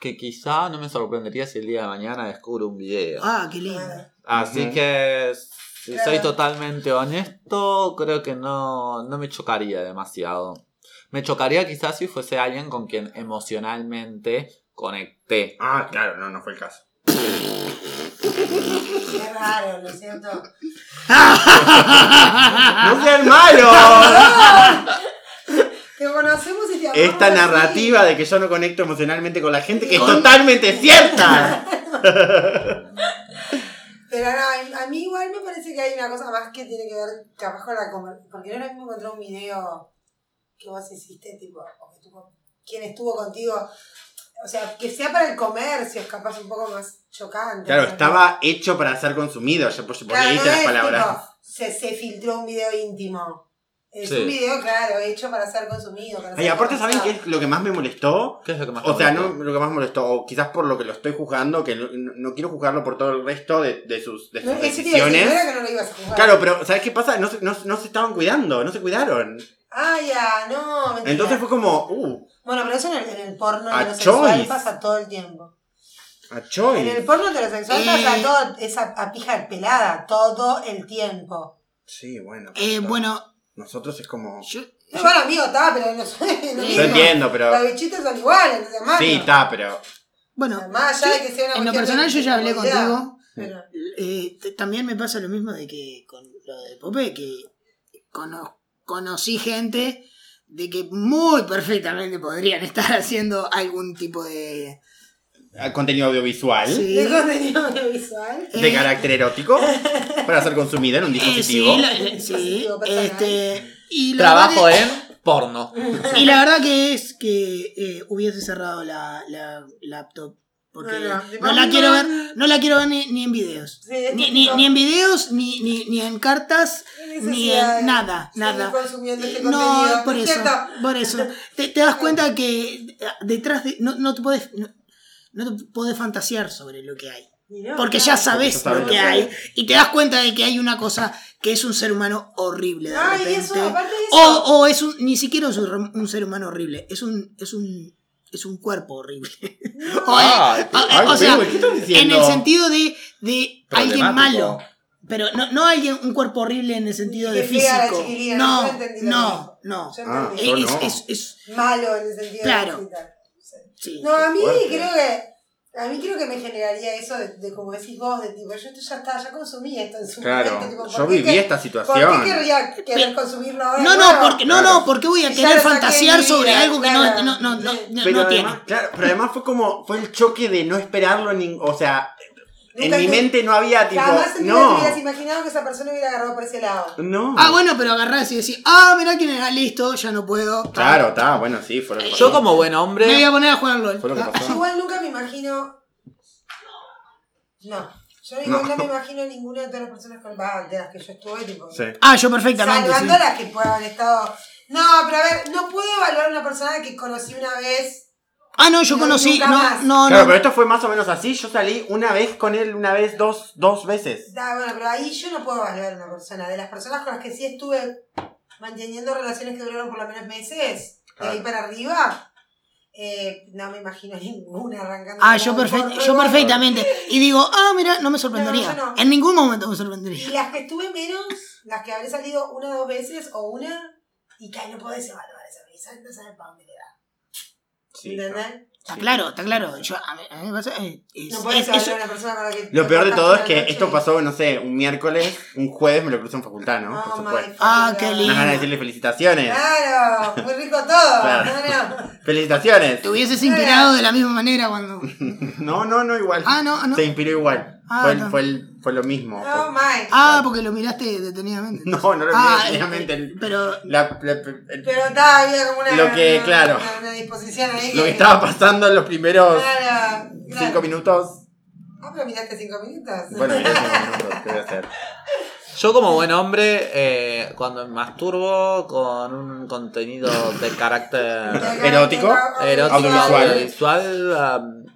S1: que quizá no me sorprendería si el día de mañana descubro un video.
S4: Ah, qué lindo.
S3: Ah,
S1: Así
S2: Ujú.
S1: que, si
S3: Claro.
S1: soy totalmente honesto, creo que no, no me chocaría demasiado. Me chocaría quizás si fuese alguien con quien emocionalmente conecté.
S2: Ah, claro, no, no fue el caso.
S3: Qué raro, lo siento.
S2: ¡No sean malos!
S3: Te conocemos y te amamos.
S2: Esta
S3: este así.
S2: narrativa de que yo no conecto emocionalmente con la gente, que es
S4: Con-
S2: totalmente cierta.
S3: Pero no, a mí igual me parece que hay una cosa más que tiene que ver capaz con la conver- Porque no es lo mismo encontrar un video que vos hiciste, tipo, o que tuvo- quien estuvo contigo. O sea, que sea para el comercio es capaz un poco más chocante.
S2: Claro,
S3: ¿no?
S2: estaba hecho para ser consumido, yo por por
S3: Claro,
S2: ahí
S3: no
S2: hice las
S3: es,
S2: palabras.
S3: tipo, se, se filtró un video íntimo. Es
S1: Sí.
S3: un video, claro, hecho para ser consumido. Para
S2: Y
S3: ser
S2: aparte, ¿saben qué
S3: consumido.
S2: es lo que más me molestó?
S1: ¿Qué es lo que más te
S2: O sea, no
S1: molestó?
S2: lo que más me molestó, o quizás por lo que lo estoy juzgando, que no, no quiero juzgarlo por todo el resto de, de sus, de sus
S3: No, ese tío
S2: decisiones.
S3: era que no lo ibas a jugar.
S2: Claro, pero ¿sabes qué pasa? No, se- no- no se estaban cuidando, no se cuidaron.
S3: Ah, ya, no, mentira.
S2: Entonces fue como, uh,
S3: Bueno, pero eso en el, en el porno
S2: A
S3: heterosexual
S2: choice.
S3: pasa todo el tiempo.
S2: a Choi.
S3: En el porno heterosexual
S4: Eh.
S3: pasa todo, esa a pija pelada todo el tiempo.
S2: Sí, bueno.
S4: Eh,
S2: pero
S4: bueno,
S2: Nosotros es como.
S4: yo...
S3: No, bueno, amigo, está, pero no sé. no
S2: Yo
S4: Yo
S3: digo.
S2: entiendo, pero.
S3: Los bichitos son iguales, los hermanos.
S2: Sí, está, pero.
S4: Bueno,
S3: Más allá de
S4: sí,
S3: que sea una
S4: en lo
S3: cuestión
S4: personal
S3: de
S4: yo ya hablé
S3: sexualidad.
S4: contigo.
S3: Pero-
S4: Eh, t- también me pasa lo mismo de que con lo de Pope, que cono- conocí gente de que muy perfectamente podrían estar haciendo algún tipo de,
S2: eh, contenido audiovisual
S4: Sí.
S3: de contenido audiovisual.
S2: de
S4: Eh,
S2: carácter erótico para ser consumido en un
S4: eh,
S2: dispositivo.
S4: sí, la- eh, sí,
S3: Dispositivo personal.
S4: este, y la
S1: Trabajo
S4: verdad
S1: en porno.
S4: que- Y la verdad que es que eh, hubiese cerrado la, la laptop. Porque
S3: No,
S4: no,
S3: no,
S4: la
S3: no,
S4: quiero
S3: no.
S4: ver, no la quiero ver ni, ni en videos.
S3: Sí, es
S4: Ni, ni-
S3: Este tipo-
S4: ni en videos, ni, ni, ni en cartas, ni en nada,
S3: Seguir
S4: nada.
S3: consumiendo este
S4: No,
S3: contenido.
S4: por
S3: ¿no es
S4: eso.
S3: cierto? eh,
S4: Por eso. Te, te das cuenta que eh, detrás de. No, no te podés. No, no te podés fantasear sobre lo que hay.
S3: Y no,
S4: Porque
S3: claro.
S4: ya sabes
S2: Porque ya
S4: lo que
S3: sabes.
S4: hay. Y te das cuenta de que hay una cosa que es un ser humano horrible de
S3: Ay,
S4: repente.
S3: Ah, eso, aparte de eso.
S4: o, o es un. Ni siquiera es un, un ser humano horrible. Es un. Es un. Es un cuerpo horrible. O,
S2: Ah,
S4: o-
S2: ay,
S4: o sea,
S2: Pewe, ¿qué estás
S4: en
S2: diciendo?
S4: el sentido de, de alguien
S1: Problemático.
S4: malo. Pero no, no alguien, un cuerpo horrible en el sentido
S3: Que
S4: de
S3: pega a la
S4: físico.
S3: chiquilina, yo
S4: No,
S3: entendí lo
S4: no, no.
S3: Yo
S2: Ah,
S3: entendí.
S2: yo
S4: Es-
S2: no.
S4: es- es-
S3: Malo en el sentido
S4: Claro.
S3: de excitar. Sí.
S4: sí.
S3: No, a mí
S2: fuerte.
S3: creo que. A mí creo que me generaría eso de, de como decís vos, de tipo, yo esto ya está, ya consumí esto en su
S2: Claro,
S3: momento. tipo, ¿por
S2: yo
S3: qué
S2: viví
S3: que-
S2: esta
S3: ¿Por
S2: situación.
S3: qué querría querer
S4: Pe-
S3: consumirlo ahora?
S4: No, no,
S3: Bueno,
S4: porque, no,
S2: Claro.
S4: no, porque voy a
S3: Ya
S4: querer
S3: lo saqué de
S4: fantasear
S3: mi
S4: sobre
S3: vida,
S4: algo que no,
S3: claro.
S4: no, no, no,
S3: Sí.
S4: no-
S2: Pero
S4: no tiene.
S2: además, claro, pero además fue como, fue el choque de no esperarlo, ni, o sea, en
S3: Nunca
S2: mi
S3: te-
S2: mente no había tipo,
S3: Jamás en tu vida te
S2: no,
S3: hubieras imaginado que esa persona hubiera agarrado por ese lado.
S2: no.
S4: Ah, bueno, pero agarrás y decís, ah, mirá quién era, listo, ya no puedo. Ah,
S2: Claro, está, bueno, sí, fue lo que pasó.
S1: Yo como buen
S4: Me voy a
S1: hombre,
S4: poner a jugar al LOL.
S2: Fue lo que
S4: Eh, Ah,
S2: pasó.
S3: Yo igual nunca me imagino. No. Yo igual no, me imagino ninguna de todas las personas con va, de las que yo estuve, tipo.
S2: Sí.
S4: Ah, yo perfectamente.
S3: Salvando
S4: sí.
S3: las que puedan haber estado. No, pero a ver, no puedo evaluar a una persona que conocí una vez.
S4: Ah, no, yo
S3: No,
S4: conocí.
S3: nunca
S4: No,
S3: más.
S4: Oh, no,
S2: Claro, pero
S4: no.
S2: esto fue más o menos así. Yo salí una vez con él, una vez, dos, dos veces.
S3: Da, bueno, pero ahí yo no puedo evaluar a una persona. De las personas con las que sí estuve manteniendo relaciones que duraron por lo menos meses, de ahí
S2: Claro.
S3: para arriba, eh, no me imagino ninguna arrancando.
S4: Ah,
S3: como
S4: yo,
S3: un
S4: perfect-
S3: porro
S4: yo
S3: igual.
S4: perfectamente. Y digo, ah, mira, no me sorprendería.
S3: No, yo no.
S4: En ningún momento me
S3: Y
S4: sorprendería.
S3: las que estuve menos, las que habré salido una o dos veces o una, y que ahí no podés evaluar esa risa, no sabes para dónde te da. ¿Entendés?
S4: Está claro, está claro. Yo, a mí- a mí me pasa- eh, es-
S3: No podés
S4: es-
S3: evaluar
S4: es-
S3: a una persona con la que.
S2: Lo peor de todo es que
S3: Noche.
S2: esto pasó, no sé, un miércoles, un jueves me lo crucé en facultad, ¿no?
S3: Oh
S2: Por
S3: my
S2: supuesto.
S4: Ah,
S3: fucking
S4: qué
S3: God.
S2: Unas ganas de
S4: lindo.
S2: decirle felicitaciones.
S3: Claro, muy rico todo.
S2: Claro.
S3: No, no.
S2: Felicitaciones.
S4: Te hubieses inspirado de la misma manera cuando.
S2: No, no, no, igual.
S4: Ah, no, no.
S2: Se inspiró igual.
S4: Ah,
S2: fue, el-
S4: no.
S2: fue, el- fue lo mismo.
S3: Oh my.
S4: Ah, porque lo miraste detenidamente.
S2: No, no lo miré
S4: Ah,
S2: detenidamente.
S4: eh,
S2: El-
S4: Pero
S2: La- la- el-
S3: Pero estaba había como una.
S2: Lo que,
S3: una-
S2: claro.
S3: Una, una disposición ahí.
S2: lo que estaba pasando en los primeros
S3: Claro, claro.
S2: cinco minutos.
S3: Ah, pero miraste cinco minutos.
S2: Bueno, miré cinco minutos, ¿qué voy a hacer?
S1: yo como buen hombre, eh, cuando me masturbo con un contenido de carácter
S2: Erótico,
S1: erótico,
S2: Audiovisual.
S1: audiovisual, am,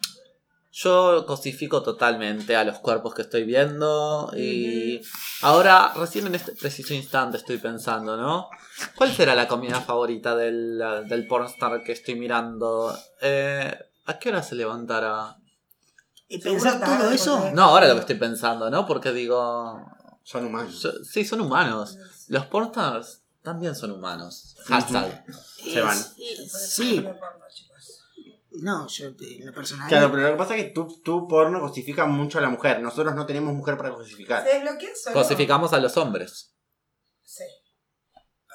S1: yo cosifico totalmente a los cuerpos que estoy viendo y ahora, recién en este preciso instante estoy pensando, ¿no? ¿Cuál será la comida favorita del, ah, del pornstar que estoy mirando? Eh, ¿A qué hora se levantará?
S4: ¿Y
S3: Seguro
S4: pensás
S3: tarde,
S4: todo eso?
S3: porque-
S1: No, ahora lo que estoy pensando, ¿no? Porque digo,
S2: Son humanos.
S1: yo- sí, son humanos. Los pornstars también son humanos.
S2: Ujú.
S1: Hashtag.
S2: Se van.
S4: Eh, Sí. No, yo eh, en lo personal.
S2: Claro, pero lo que pasa es que tú, tú porno cosifica mucho a la mujer. Nosotros no tenemos mujer para cosificar.
S3: ¿Se desbloqueó solo?
S1: Cosificamos a los hombres.
S3: Sí.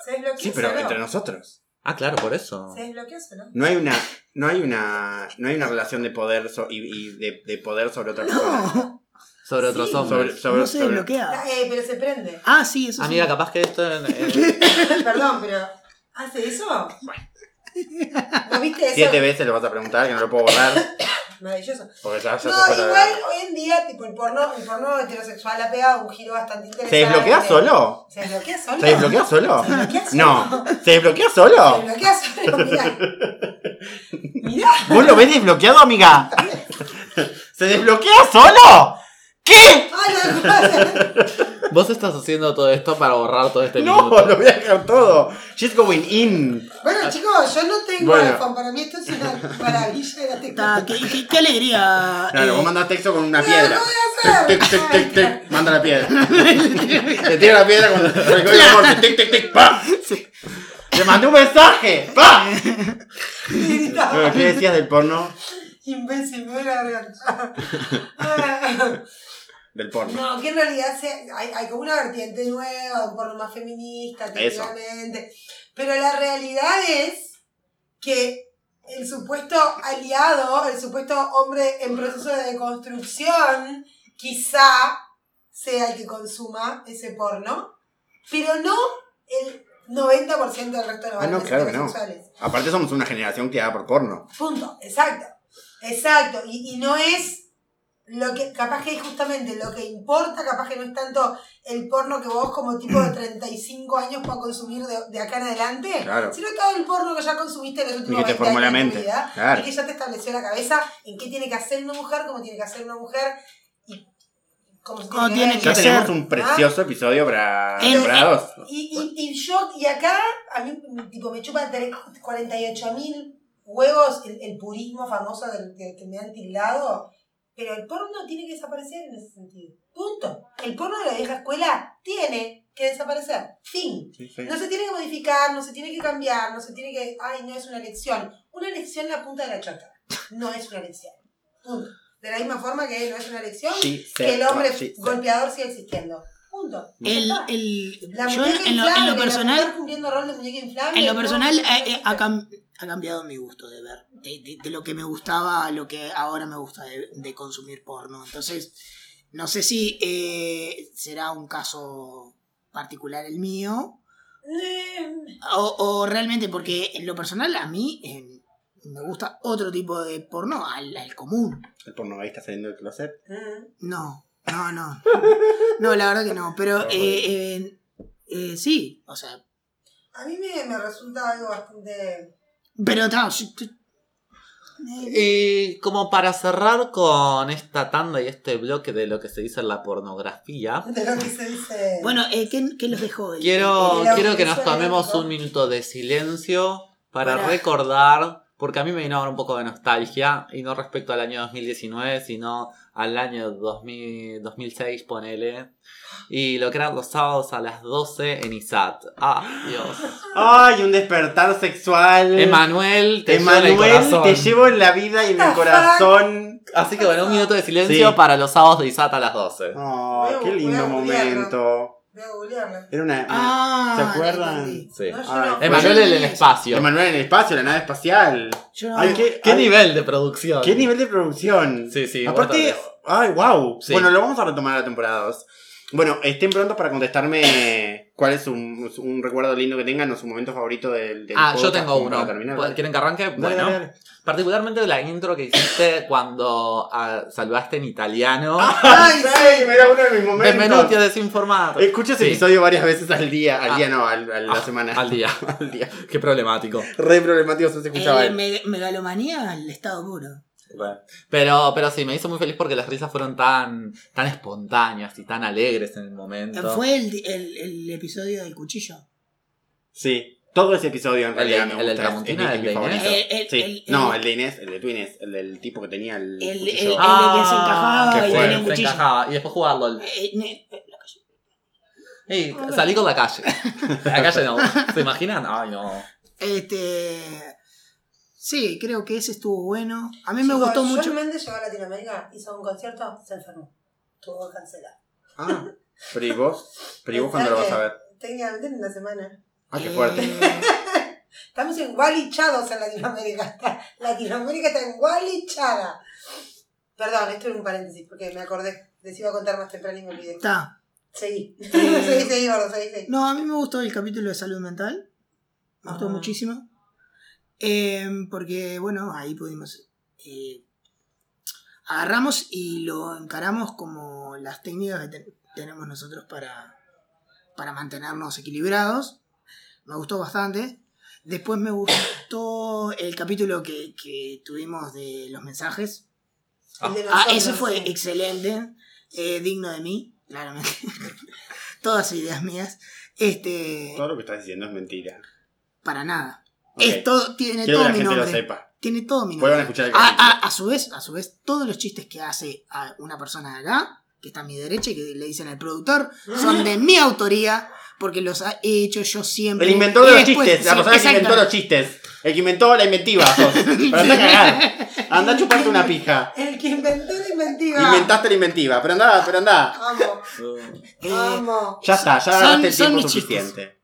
S3: ¿Se desbloqueó
S2: Sí, pero
S3: solo?
S2: entre nosotros.
S1: Ah, claro, por eso.
S3: ¿Se desbloqueó solo?
S2: No hay una, no hay una, no hay una relación de poder so- y, y de, de poder sobre otra persona.
S4: No,
S1: Sobre
S3: Sí.
S1: otros
S2: Sobre,
S1: hombres.
S2: sobre-
S4: no se
S2: sobre-
S4: desbloquea.
S3: Ah, eh, pero se prende.
S4: Ah, sí, eso
S1: Amiga,
S4: sí.
S1: capaz que esto. eh,
S3: Perdón, pero. ¿Hace eso? ¿No viste eso?
S2: Siete veces lo vas a preguntar, que no lo puedo borrar.
S3: Maravilloso.
S2: Porque ya, ya se
S3: No,
S2: fue la-
S3: igual hoy en día, tipo, el porno, el porno heterosexual ha pegado un giro bastante
S2: ¿Se
S3: interesante.
S2: desbloquea solo?
S3: ¿Se desbloquea solo?
S2: ¿Se desbloquea solo?
S3: ¿Se desbloquea solo?
S2: No, ¿se desbloquea
S3: ¿Se
S2: solo?
S3: desbloquea solo? Mirá. Mirá.
S2: ¿Vos lo ves desbloqueado, amiga? ¿Se desbloquea solo? ¿Qué?
S3: Ay, no, no,
S1: Vos estás haciendo todo esto para borrar todo este
S2: No,
S1: minuto.
S2: lo voy a dejar todo. She's going in.
S3: Bueno, chicos, yo no tengo
S2: Bueno.
S3: iPhone. Para mí esto es una maravilla de la tecnología.
S4: Está, qué, qué- qué alegría.
S2: Claro,
S4: eh,
S2: vos mandás texto con una piedra.
S3: voy a hacer.
S2: Tic, tic, tic, tic, tic. Manda la piedra. Te tira la piedra con con el código Morse. Tic, tic, tic. ¡Pa! Te mandé un mensaje. ¡Pa!
S3: Y
S2: Bueno,
S3: gritaba,
S2: ¿Qué decías del porno?
S3: Imbécil, me voy a la garganta. Ah.
S2: Del porno.
S3: No, que en realidad se- hay, hay como una vertiente nueva, un porno más feminista,
S2: Eso.
S3: efectivamente. Pero la realidad es que el supuesto aliado, el supuesto hombre en proceso de deconstrucción, quizá sea el que consuma ese porno, pero no el 90% del resto de los
S2: Ah, no,
S3: varones
S2: claro que no.
S3: heterosexuales.
S2: Aparte somos una generación que da por porno.
S3: Punto, exacto. Exacto. Y, y no es lo que, capaz que es justamente lo que importa, capaz que no es tanto el porno que vos como tipo de 35 años puedas consumir de, de acá en adelante,
S2: Claro.
S3: sino todo el porno que ya consumiste en los
S2: Y
S3: últimos
S2: que te
S3: 20
S2: formó la
S3: años de tu
S2: mente.
S3: vida,
S2: Claro.
S3: y que ya te estableció la cabeza en qué tiene que hacer una mujer, cómo tiene que hacer una mujer y cómo se
S4: Cómo tiene
S3: ver.
S2: Ya
S4: que
S2: tenemos
S4: ser.
S2: un precioso episodio para
S3: Ah.
S4: En-
S2: temporadas.
S3: Y, y, y yo, y acá, a mí, tipo, me chupa 48 mil huevos el, el purismo famoso del, del que me han tildado, pero el porno tiene que desaparecer en ese sentido. Punto. El porno de la vieja escuela tiene que desaparecer. Fin. No se tiene que modificar, no se tiene que cambiar, no se tiene que... Ay, no es una elección. Una elección en la punta de la chota. No es una elección. Punto. De la misma forma que no es una elección,
S2: Sí, sí,
S3: que el hombre
S2: sí, sí.
S3: golpeador sigue existiendo. Punto. Ya
S4: El,
S3: está.
S4: el,
S3: La
S4: yo
S3: muñeca
S4: en lo, en
S3: inflable,
S4: lo
S3: la
S4: personal,
S3: mujer cumpliendo rol de muñeca inflable,
S4: en lo
S3: ¿no?
S4: personal eh, eh, ha, cam- ha cambiado mi gusto de ver. De, de- de lo que me gustaba a lo que ahora me gusta de, de consumir porno. Entonces, no sé si eh, será un caso particular el mío,
S3: Eh,
S4: O, o realmente, porque en lo personal a mí eh, me gusta otro tipo de porno, al, al común.
S2: El porno gay está saliendo del closet.
S3: mm.
S4: No, no, no. No, la verdad que no. Pero
S2: Está
S4: eh, eh, eh, sí, o sea.
S3: A mí me, me resulta algo bastante...
S4: Pero ta, yo- eh, yo-
S1: Y como para cerrar con esta tanda y este bloque de lo que se dice en la pornografía,
S3: De lo que se dice...
S4: bueno, eh, ¿qué, qué los dejó? El-
S1: quiero,
S3: Y la
S1: quiero que nos
S3: audiovisual
S1: tomemos
S3: erótico.
S1: un minuto de silencio para,
S4: Para.
S1: recordar, porque a mí me vino ahora un poco de nostalgia, y no respecto al año 2019, sino al año 2000, 2006, ponele. Y lo que eran los sábados a las 12 en ISAT. Ah, Dios.
S2: ¡Ay, un despertar sexual!
S1: Eh, Emanuel, te llevo en el
S2: Emanuel,
S1: corazón.
S2: te llevo en la vida y en el
S3: What the
S2: corazón.
S1: Así que bueno, un minuto de silencio
S2: Sí.
S1: para los sábados de ISAT a las 12.
S2: ¡Ay,
S3: Voy a-
S2: qué lindo
S3: voy a googlearlo.
S2: momento!
S3: Voy a googlearla.
S2: Era una.
S4: Ah,
S2: ¿Se acuerdan?
S4: entendí.
S1: Sí.
S3: No, yo
S2: Ay,
S3: no.
S1: Emanuel en el espacio.
S2: Emanuel en el espacio, la nave espacial.
S4: Yo no- eh,
S2: Ay, qué,
S1: ¿Qué
S2: ay,
S1: nivel de producción?
S2: qué nivel de producción.
S1: Sí, sí.
S2: Aparte,
S1: vos
S2: ay, wow.
S1: Sí.
S2: Bueno, lo vamos a retomar a la temporada 2. Bueno, estén prontos para contestarme cuál es un, un recuerdo lindo que tengan o su momento favorito del, del
S1: Ah, yo
S2: podcast,
S1: tengo
S2: como
S1: uno.
S2: para terminar.
S1: ¿Pueden- ¿Quieren que arranque?
S2: Dale,
S1: bueno,
S2: dale, dale.
S1: particularmente la intro que hiciste cuando ah, saludaste en italiano.
S2: Ah,
S3: Ay,
S2: Sí,
S3: sí.
S2: era uno de mis momentos.
S1: Benvenuti a desinformar.
S2: Escucho ese
S1: Sí.
S2: episodio varias veces al día, al
S1: Ah.
S2: día no, al, a Eh, la
S1: Ah,
S2: semana.
S1: Al día.
S2: Al día.
S1: Qué problemático.
S2: Re problemático se escuchaba
S4: Eh,
S2: él.
S4: me- megalomanía al estado puro.
S1: Pero, pero sí, me hizo muy feliz porque las risas fueron tan, tan espontáneas y tan alegres en el
S4: Eh,
S1: momento.
S4: Fue el, el- el episodio del cuchillo.
S2: Sí. Todo ese episodio en
S1: El
S2: realidad
S1: de-
S2: me
S1: el de
S2: gusta,
S1: Tramontina,
S2: es mi-
S1: el
S2: mi
S1: de
S2: favorito.
S4: Inés. El- el-
S2: Sí.
S4: el-
S2: no,
S4: el-
S2: el de Inés, el de tu Inés, el del tipo que tenía el.
S4: El- el-
S2: cuchillo.
S4: el- Ah, que se encajaba y
S2: tenía
S1: se
S4: un cuchillo.
S1: encajaba. Y después jugarlo.
S4: Eh, ne- Ah,
S1: Y salí con la calle. La calle no. ¿Se imaginan? Ay, no.
S4: Este. Sí, creo que ese estuvo bueno. A mí me
S3: Chicos,
S4: gustó
S3: Shawn
S4: mucho.
S3: Mendes llegó a Latinoamérica, hizo un concierto, se enfermó. Tuvo que cancelar.
S2: Ah, pero y vos, pero y vos cuando lo vas a ver.
S3: Técnicamente en una semana.
S2: Ah, qué fuerte.
S4: Eh,
S3: Estamos en gualichados en Latinoamérica. Latinoamérica está en gualichada. Perdón, esto es un paréntesis porque me acordé. Les iba a contar más temprano y me olvidé.
S4: Está.
S3: Seguí.
S4: Eh,
S3: seguí, seguí, gordo, seguí, seguí.
S4: No, a mí me gustó el capítulo de salud mental. Me gustó
S3: Ah.
S4: muchísimo. Eh, porque, bueno, ahí pudimos. eh, agarramos y lo encaramos como las técnicas que ten- tenemos nosotros para, para mantenernos equilibrados. Me gustó bastante. Después me gustó el capítulo que, que tuvimos de los mensajes.
S3: El de
S4: Ah,
S3: nosotros,
S4: ese fue
S3: sí.
S4: excelente, eh, digno de mí, claramente. Todas ideas mías. Este,
S2: Todo lo que estás diciendo es mentira.
S4: para nada.
S2: Ok.
S4: Es todo, tiene
S2: Quiero que
S4: todo
S2: la
S4: mi
S2: gente lo
S4: nombre.
S2: sepa.
S4: Tiene todo mi
S2: Vuelvan a
S4: nombre.
S2: escuchar el
S4: A,
S2: capítulo.
S4: a- a su vez, a su vez, todos los chistes que hace a una persona de acá, que está a mi derecha y que le dicen al productor, son de mi autoría, porque los ha- he hecho yo siempre.
S2: El inventor de
S4: Y
S2: los
S4: después-
S2: chistes, la
S4: sí,
S2: persona que inventó los
S4: exactamente.
S2: chistes. El que inventó la inventiva. sos. Pero anda a cagar. Anda a chuparte una pija.
S3: El que inventó la inventiva.
S2: Inventaste la inventiva, pero andá, pero andá.
S3: Amo,
S4: Eh,
S3: amo.
S2: Ya está, ya
S4: Son-
S2: agarraste el
S4: son
S2: tiempo
S4: mis chistes.
S2: suficiente.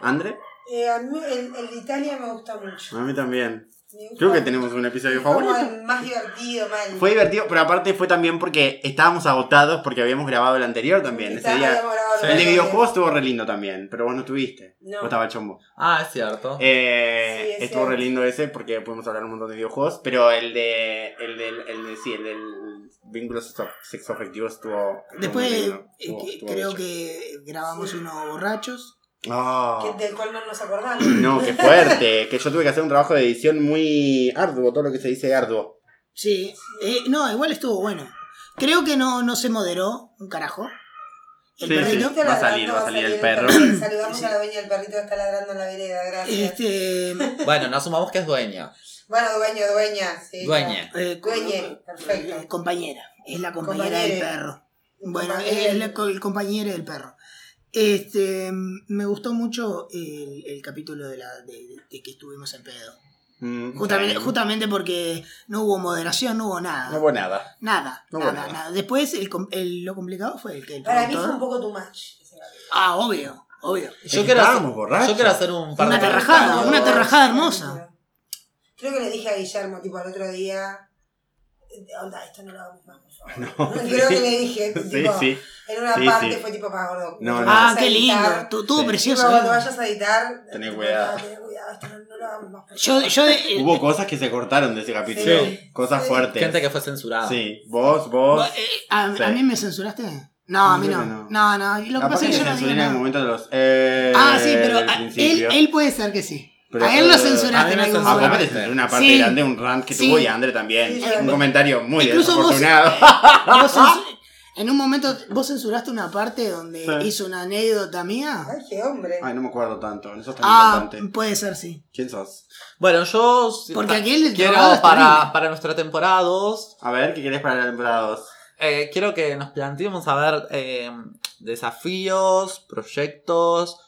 S2: ¿André?
S3: Eh, a mí el, el de Italia me gusta mucho.
S2: A mí también.
S3: Me gusta.
S2: Creo que tenemos un episodio
S3: Es como
S2: favorito.
S3: el más divertido, mal.
S2: Fue divertido, pero aparte fue también porque estábamos agotados porque habíamos grabado el anterior también. Ese
S3: Quizás
S2: día.
S3: habíamos grabado
S1: Sí.
S3: los
S2: El de
S3: dos
S2: videojuegos estuvo re lindo también, pero vos no estuviste.
S3: No.
S2: Vos estaba chombo.
S1: Ah, es cierto.
S2: Eh,
S3: Sí, es
S2: estuvo re
S3: cierto.
S2: lindo ese porque pudimos hablar un montón de videojuegos, pero el de. El del. El de, sí, el del vínculo sexo- sexoafectivo estuvo. estuvo
S4: Después
S2: muy lindo.
S4: eh,
S2: Estuvo-
S4: que-
S2: estuvo
S4: creo
S2: bello.
S4: que grabamos
S3: Sí.
S4: uno borrachos.
S2: Ah.
S3: videos, que- del cual no nos acordamos.
S2: No, qué fuerte. Que yo tuve que hacer un trabajo de edición muy arduo, todo lo que se dice arduo.
S4: Sí. Eh, no, igual estuvo bueno. Creo que no, no se moderó un carajo. El
S2: Sí,
S4: perrito.
S2: sí. Va a salir, va a salir el perro.
S3: Saludamos a la dueña del perrito que está ladrando en la vereda, gracias.
S4: Este,
S1: Bueno, no asumamos que es dueña.
S3: Bueno, dueño, dueña. Sí,
S1: Dueña.
S4: eh, co-
S3: Dueñe, perfecto.
S4: eh, compañera. Es la compañera del
S3: Compañere.
S4: perro. Bueno,
S3: Compañero.
S4: es el, co- el compañero del perro. Este, mm, me gustó mucho el, el capítulo de, la, de- de que estuvimos en pedo.
S2: Mm,
S4: Justamente,
S2: sí.
S4: justamente porque no hubo moderación, no hubo nada.
S2: No hubo nada.
S4: Nada,
S2: No hubo
S4: nada,
S2: nada.
S4: nada. Después el com- el- lo complicado fue el que el
S3: Para mí
S4: productor-
S3: fue un poco too much. ese capítulo.
S4: Ah, obvio, obvio.
S1: Yo quiero, hacer,
S2: Estábamos borrachos.
S1: yo quiero hacer un par
S4: Una
S1: de
S4: terrajada,
S1: comentarios.
S4: una terrajada hermosa.
S3: Creo que le dije a Guillermo, tipo, al otro día. eh, Onda, esto no lo hagamos más, por favor. Creo que le dije,
S2: Sí,
S3: tipo,
S2: sí.
S3: en una
S2: Sí,
S3: parte
S2: sí.
S3: fue tipo para gordo.
S2: No,
S3: cuando
S2: no.
S4: Ah,
S3: vas a
S4: qué
S3: editar,
S4: lindo. Tu- Tuvo
S2: Sí.
S3: Tipo,
S4: precioso.
S3: cuando
S4: eh.
S3: vayas a editar,
S2: Tené
S3: tipo,
S2: cuidado.
S3: ah, Tené cuidado, esto no, no lo hagamos más. por
S4: Yo,
S3: favor.
S4: yo de- eh,
S2: Hubo cosas que se cortaron de ese capítulo.
S1: Sí.
S2: Cosas
S3: Sí.
S2: fuertes.
S1: Gente que fue censurada.
S2: Sí. Vos, vos.
S4: eh, a, a
S2: Sí.
S4: mí me censuraste? No, a mí
S2: Yo
S4: no.
S2: no.
S4: No, no. Lo que
S2: Capaz
S4: pasa es que yo no digo
S2: censuré en el
S4: nada.
S2: momento de los. eh,
S4: Ah, sí, pero
S2: del
S4: a- él,
S2: principio.
S4: él puede ser que sí.
S2: Pero,
S4: a él
S2: eh,
S4: lo
S1: a mí
S4: censuraste en
S1: me
S4: algún
S2: Ah, vos me
S4: momento.
S1: censuraste.
S2: censuré una parte
S4: Sí.
S2: grande, un rant que
S4: Sí.
S2: tuvo y Andre también.
S3: Sí,
S2: un
S3: yo-
S2: comentario muy
S4: Incluso vos-
S2: desafortunado.
S4: Vos censu- en un momento vos censuraste una parte donde
S2: Sí.
S4: hizo una anécdota mía.
S3: Ay, qué hombre.
S2: Ay, no me acuerdo tanto. No sos tan
S4: Ah,
S2: importante.
S4: puede ser, sí.
S2: ¿Quién sos?
S1: Bueno, yo
S4: Porque
S1: ta-
S4: aquí el
S1: quiero
S4: drogado es
S1: para,
S4: terrible.
S1: para nuestra temporada 2,
S2: A ver, ¿qué querés para la temporada 2?
S1: eh, quiero que nos planteemos a ver eh, desafíos, proyectos,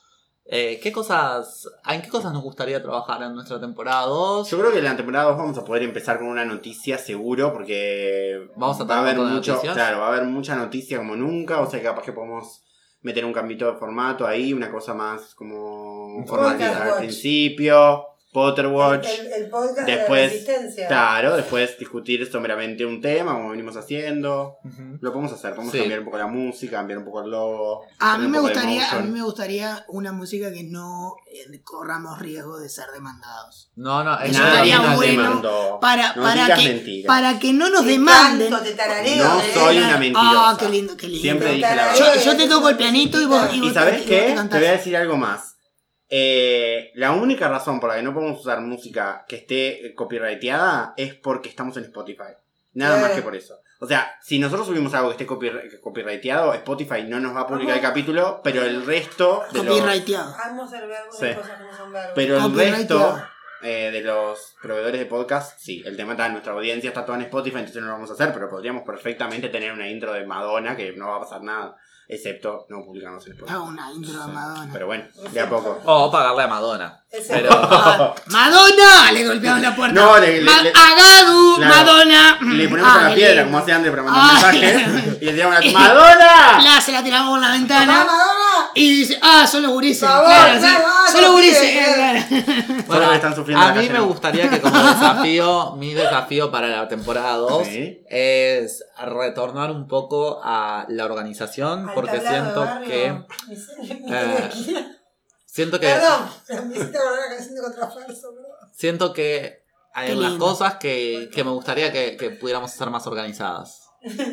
S1: eh, qué cosas, en qué cosas nos gustaría trabajar en nuestra temporada 2.
S2: Yo creo que en la temporada 2 vamos a poder empezar con una noticia seguro porque
S1: Vamos a tener un
S2: va a haber
S1: montón de
S2: mucho,
S1: noticias.
S2: claro, va a haber mucha noticia como nunca, o sea, capaz que podemos meter un cambito de formato ahí, una cosa más como
S1: Informativa.
S2: formativa al
S3: Watch.
S2: principio, Potter Watch.
S3: El, el podcast de la
S2: Después,
S3: resistencia.
S2: Claro, después discutir someramente un tema, como venimos haciendo.
S1: Ujú.
S2: Lo podemos hacer, podemos
S1: Sí.
S2: cambiar un poco la música, cambiar un poco el logo.
S4: A
S2: poner
S4: mí,
S2: un
S4: me
S2: poco de
S4: gustaría, a
S2: motion.
S4: mí me gustaría una música que no eh, corramos riesgo de ser demandados.
S1: No, no,
S4: Eso
S1: eh,
S2: Nada,
S4: estaría
S2: no te
S4: bueno.
S2: mando.
S4: Para,
S2: No
S4: para,
S2: digas
S4: que,
S2: mentiras.
S4: para que no nos
S3: Te
S4: demanden.
S3: canto, te tarareo,
S2: No
S3: te-
S2: soy una mentirosa.
S4: Ah, qué lindo, qué lindo.
S2: Siempre dije la
S3: Tarareo,
S2: verdad.
S4: Yo- yo te toco el pianito y vos-
S2: Y
S4: vos
S2: sabes
S4: te- y vos te
S2: qué? Te
S4: cantás.
S2: voy a decir algo más. Eh, la única razón por la que no podemos usar música que esté eh, copyrighteada es porque estamos en Spotify. Nada
S3: Claro.
S2: más que por eso. O sea, si nosotros subimos algo que esté copyri- copyrighteado, Spotify no nos va a publicar el capítulo, pero el resto de los,
S4: Copyrighteado.
S3: Amo ser verbo
S2: Sí.
S3: de cosas que no son verbos.
S2: pero el resto
S4: Copyrighteado.
S2: eh, de los proveedores de podcast, sí. El tema está, nuestra audiencia está toda en Spotify, entonces no lo vamos a hacer, pero podríamos perfectamente tener una intro de Madonna que no va a pasar nada, excepto no publicamos en Spotify.
S4: Ah, una intro de Madonna.
S2: Pero bueno, de a poco.
S1: o Oh, pagarle a Madonna.
S3: Ese-
S1: Pero,
S4: ¡Madonna! Le golpearon la puerta.
S2: No, le- le-
S4: Ma-
S2: le-
S4: ¡Agadu!
S2: Claro.
S4: ¡Madona!
S2: Le ponemos
S4: Ah,
S2: a la
S4: qué
S2: piedra,
S4: lindo.
S2: como hace antes para mandar
S4: Ah,
S2: mensajes. Y le tiramos una
S4: Eh.
S2: ¡Madonna!
S4: La, se la tiramos por la
S3: ¡Mamá,
S4: ventana.
S3: Madonna!
S4: Y dice, ah, son los gurises.
S3: Por favor,
S4: Claro,
S3: claro,
S4: sí,
S3: ah,
S4: son los
S3: no
S4: gurises.
S3: pide,
S4: eh,
S3: claro.
S4: claro.
S2: Solo que están sufriendo
S1: a
S2: en la
S1: mí
S2: calle,
S1: me
S2: ¿no?
S1: gustaría que como desafío, mi desafío para la temporada 2
S2: Sí.
S1: es retornar un poco a la organización,
S3: Al
S1: porque
S3: tablado de
S1: siento
S3: barrio.
S1: que...
S3: Mi señor, mi
S1: Eh,
S3: tequila.
S1: Siento que...
S3: Perdón, pero me hiciste volver a la canción de contrafuerzo, bro.
S1: Siento que hay
S4: Qué
S1: unas
S4: lindo.
S1: cosas que, que me gustaría que, que pudiéramos hacer más organizadas.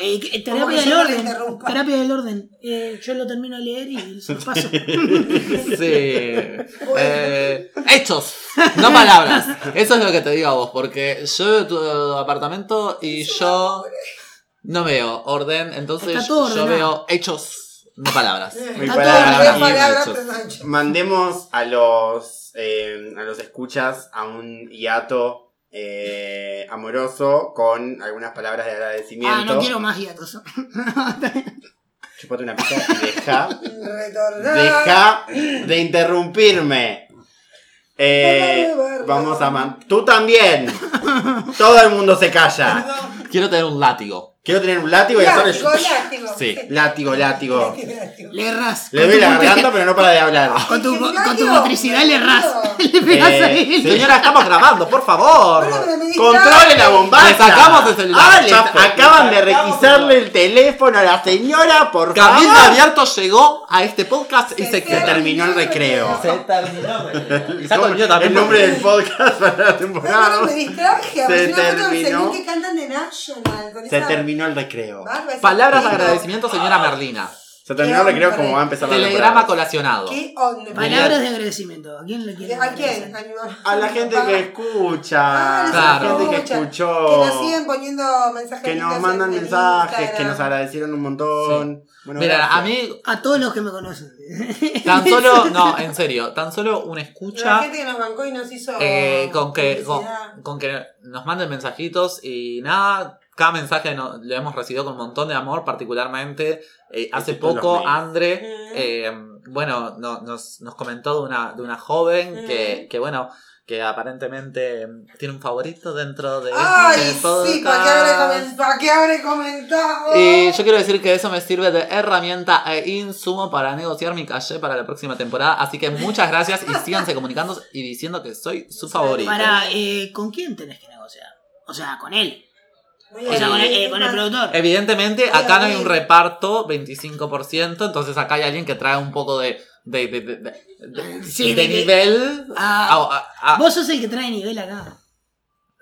S4: Eh, que- eh,
S3: Como que
S4: terapia del
S3: yo no le
S4: orden.
S3: interrumpa.
S4: Terapia del orden. Eh, yo lo termino de leer y se lo paso. Ah,
S1: Sí. Eh, hechos, no palabras. Eso es lo que te digo a vos, porque yo veo tu apartamento y yo no veo orden, entonces
S4: Está todo
S1: yo
S4: ordenado.
S1: veo hechos, no palabras.
S2: Mi
S3: Está
S4: todo
S2: palabra,
S3: todo
S1: bien
S2: mi
S3: palabras,
S1: hechos.
S3: pero no hechos.
S2: Mandemos a los eh, a los escuchas a un hiato eh, amoroso con algunas palabras de agradecimiento.
S4: ah, no quiero más hiatos.
S2: Chupate una pizza y deja,
S3: Retornar.
S2: deja de interrumpirme. Eh, vamos a man- tú también. Todo el mundo se calla.
S3: Perdón,
S1: Quiero tener un látigo.
S2: Quiero tener un látigo y hacer
S3: Látigo, látigo.
S1: Sí.
S2: Látigo, látigo.
S3: Látigo, látigo.
S4: Le erras.
S2: Le doy la garganta, pero no para de hablar.
S4: Con tu,
S3: Es que
S4: con tu
S3: látigo,
S4: motricidad le erras.
S3: látigo.
S4: Le pegas a
S2: Eh,
S4: él.
S2: señora, estamos grabando, por favor.
S3: Bueno, pero me distrae.
S2: Controle la bombacha.
S1: Le sacamos el celular,
S2: Ah, le-
S1: chapo.
S2: acaban
S1: Le
S2: de
S1: sacamos
S2: requisarle el teléfono a la señora, por
S1: Camino
S2: favor.
S1: abierto llegó a este podcast y se
S3: Se
S2: Se
S1: queda.
S2: terminó el recreo.
S1: Se terminó.
S2: El nombre- el nombre del podcast para la temporada.
S3: No, no, me distraje.
S2: Se
S3: apareció una foto del
S2: terminó.
S3: señor que cantan de National. Con
S2: Se
S3: esa
S2: terminó el recreo.
S3: barba, ese
S1: Palabras de
S3: pelo.
S1: agradecimiento, señora Merlina.
S2: Se terminó el recreo como va a empezar la
S1: Telegrama
S2: temporada.
S1: colacionado.
S3: ¿Qué onda?
S4: Palabras de agradecimiento. ¿A quién le quiere
S3: ¿A quién? ¿A, mi mamá?
S2: A la gente que escucha,
S3: Ah,
S2: a la
S1: Claro.
S2: gente que
S3: escucha.
S2: escuchó,
S3: Que nos siguen poniendo mensajes.
S2: que
S3: lindos
S2: nos
S3: en-
S2: mandan
S3: en
S2: mensajes, que
S3: Instagram.
S2: nos agradecieron un montón. Bueno,
S1: Mira,
S2: gracias.
S1: a mí,
S4: A todos los que me conocen.
S1: tan solo, no, en serio, tan solo una
S3: La
S1: escucha
S3: gente que nos bancó y nos hizo.
S1: eh, con, que, con,
S3: publicidad.
S1: con que nos manden mensajitos y nada, cada mensaje no- lo hemos recibido con un montón de amor, particularmente. eh, hace
S2: todos los
S1: poco
S2: mails.
S1: Andre,
S3: Mm.
S1: eh, bueno, no- nos, nos comentó de una, de una joven
S3: Mm.
S1: que, que, bueno, que aparentemente tiene un favorito dentro de
S3: Ay,
S1: este
S3: sí,
S1: podcast.
S3: ¿para qué habré comen- pa' qué habré comentado?
S1: Y yo quiero decir que eso me sirve de herramienta e insumo para negociar mi calle para la próxima temporada. Así que muchas gracias y síganse comunicando y diciendo que soy su favorito.
S4: Para, eh, ¿con quién tenés que negociar? O sea, con él.
S3: Voy a
S4: O sea, con el,
S3: ir
S4: eh, con el
S3: más.
S4: productor.
S1: Evidentemente,
S3: Hola,
S1: acá no hay un
S3: David.
S1: reparto 25%, entonces acá hay alguien que trae un poco de, de, de, de- de- de-
S4: Sí,
S1: de
S4: de-
S1: nivel.
S4: Ah,
S1: a- a-
S4: Vos sos el que trae nivel acá.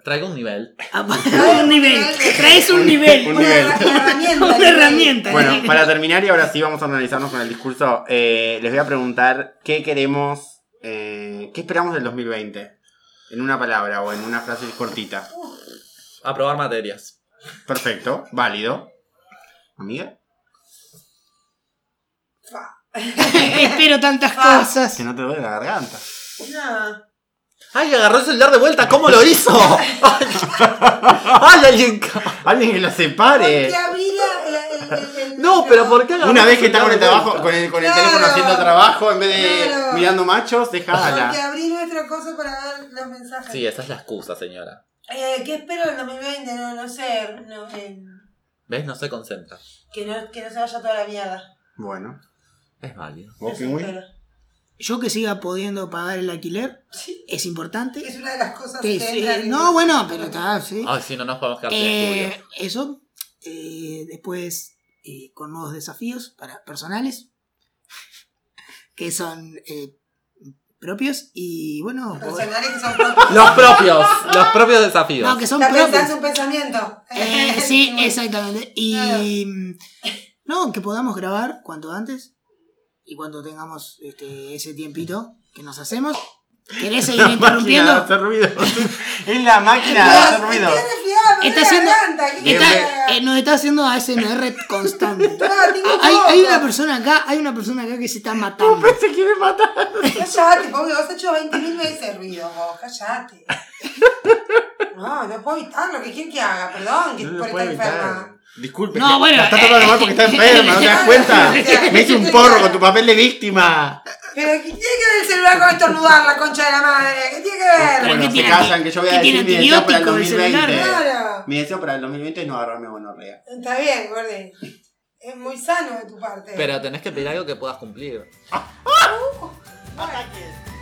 S1: traigo un nivel.
S4: Ah, un nivel. Traes un
S2: Un
S4: nivel.
S3: Una
S2: nivel.
S3: herra- herramienta.
S4: Una
S3: nivel.
S4: herramienta.
S2: Bueno, para terminar y ahora sí vamos a analizarnos con el discurso, eh, les voy a preguntar qué queremos, eh, qué esperamos del 2020. En una palabra o en una frase cortita.
S1: Aprobar materias.
S2: Perfecto, válido. Amiga,
S3: Fa.
S4: Espero tantas
S3: Ah.
S4: cosas.
S2: que no te duele la garganta.
S3: Nada.
S1: ¡Ay, agarró el celular de vuelta! ¿Cómo lo hizo? ¡Ay, alguien! ca-
S2: Alguien que lo
S3: Porque
S2: separe.
S3: abría el, el- el- el
S1: No,
S3: micro.
S1: pero ¿por qué agarró
S2: Una vez que
S1: celular
S2: está con el
S1: de
S2: trabajo,
S1: vuelta?
S2: pues. con el, con el
S3: Claro.
S2: teléfono haciendo trabajo, en vez de
S3: Claro.
S2: mirando machos, dejala.
S3: Porque abrí nuestra cosa para ver los mensajes.
S1: Sí, esa es la excusa, señora.
S3: Eh, ¿Qué espero del 2020? No, no sé. no, eh,
S1: ¿Ves? No se concentra.
S3: que, no, que no se vaya toda la mierda.
S2: Bueno,
S1: Es válido.
S2: vos
S3: Eso
S2: pingüín.
S3: espero.
S4: Yo que siga pudiendo pagar el alquiler es importante.
S3: Es una de las cosas
S4: Te-
S3: que.
S4: sí,
S3: entran en-
S4: no, bueno, pero está, sí.
S2: Ah,
S1: Ay, sí, no nos podemos quedar sin
S4: Eh,
S1: estudio.
S4: eso. eh, después, eh, con nuevos desafíos para personales, que son eh, propios y bueno, poder-
S3: Personales que son propios.
S1: Los propios, los propios desafíos.
S4: no, que son
S3: Está
S4: propios.
S3: pensando un pensamiento.
S4: Eh, sí,
S3: Muy-
S4: exactamente. Y mm, no, que podamos grabar cuanto antes y cuando tengamos este, ese tiempito que nos hacemos. ¿Querés seguir
S2: La máquina de
S4: interrumpiendo?
S2: hacer ruido. es la máquina de hacer
S3: Está
S2: ruido.
S3: resfriada, me duele
S4: Está
S3: la
S4: haciendo-
S3: garganta, ¿qué
S2: Bien,
S4: Está-
S3: quiere que haga?
S4: eh, nos está haciendo ASMR constante.
S3: Ah, tengo
S4: hay, hay
S3: poco.
S4: una persona acá, hay una persona acá que se está matando.
S2: Se quiere matar.
S3: Callate, porque vos has hecho 20.000 veces ruido, vos, callate. No, no puedo evitar lo que quieren que haga, perdón, que
S2: No lo
S3: por
S2: puede
S3: estar
S2: evitar.
S3: enferma.
S2: Disculpe,
S4: No,
S2: que-
S4: bueno, eh,
S2: la está tratando mal porque está enferma, ¿no te das cuenta? Me hice un porro con tu papel de víctima.
S3: Pero ¿qué tiene que ver el celular con estornudar la concha de la madre? ¿Qué tiene que ver?
S4: Pero
S2: Bueno,
S4: que
S2: se
S4: tiene
S2: callan,
S4: anti-
S2: que yo voy a
S4: que tiene
S2: decir mi deseo para el
S4: antibiótico el celular.
S2: 2020.
S3: Claro.
S2: Mi deseo para el 2020 es no agarrarme gonorrea.
S3: Está bien, Gordi. Es muy sano de tu parte.
S1: Pero tenés que pedir algo que puedas cumplir.
S3: Ay.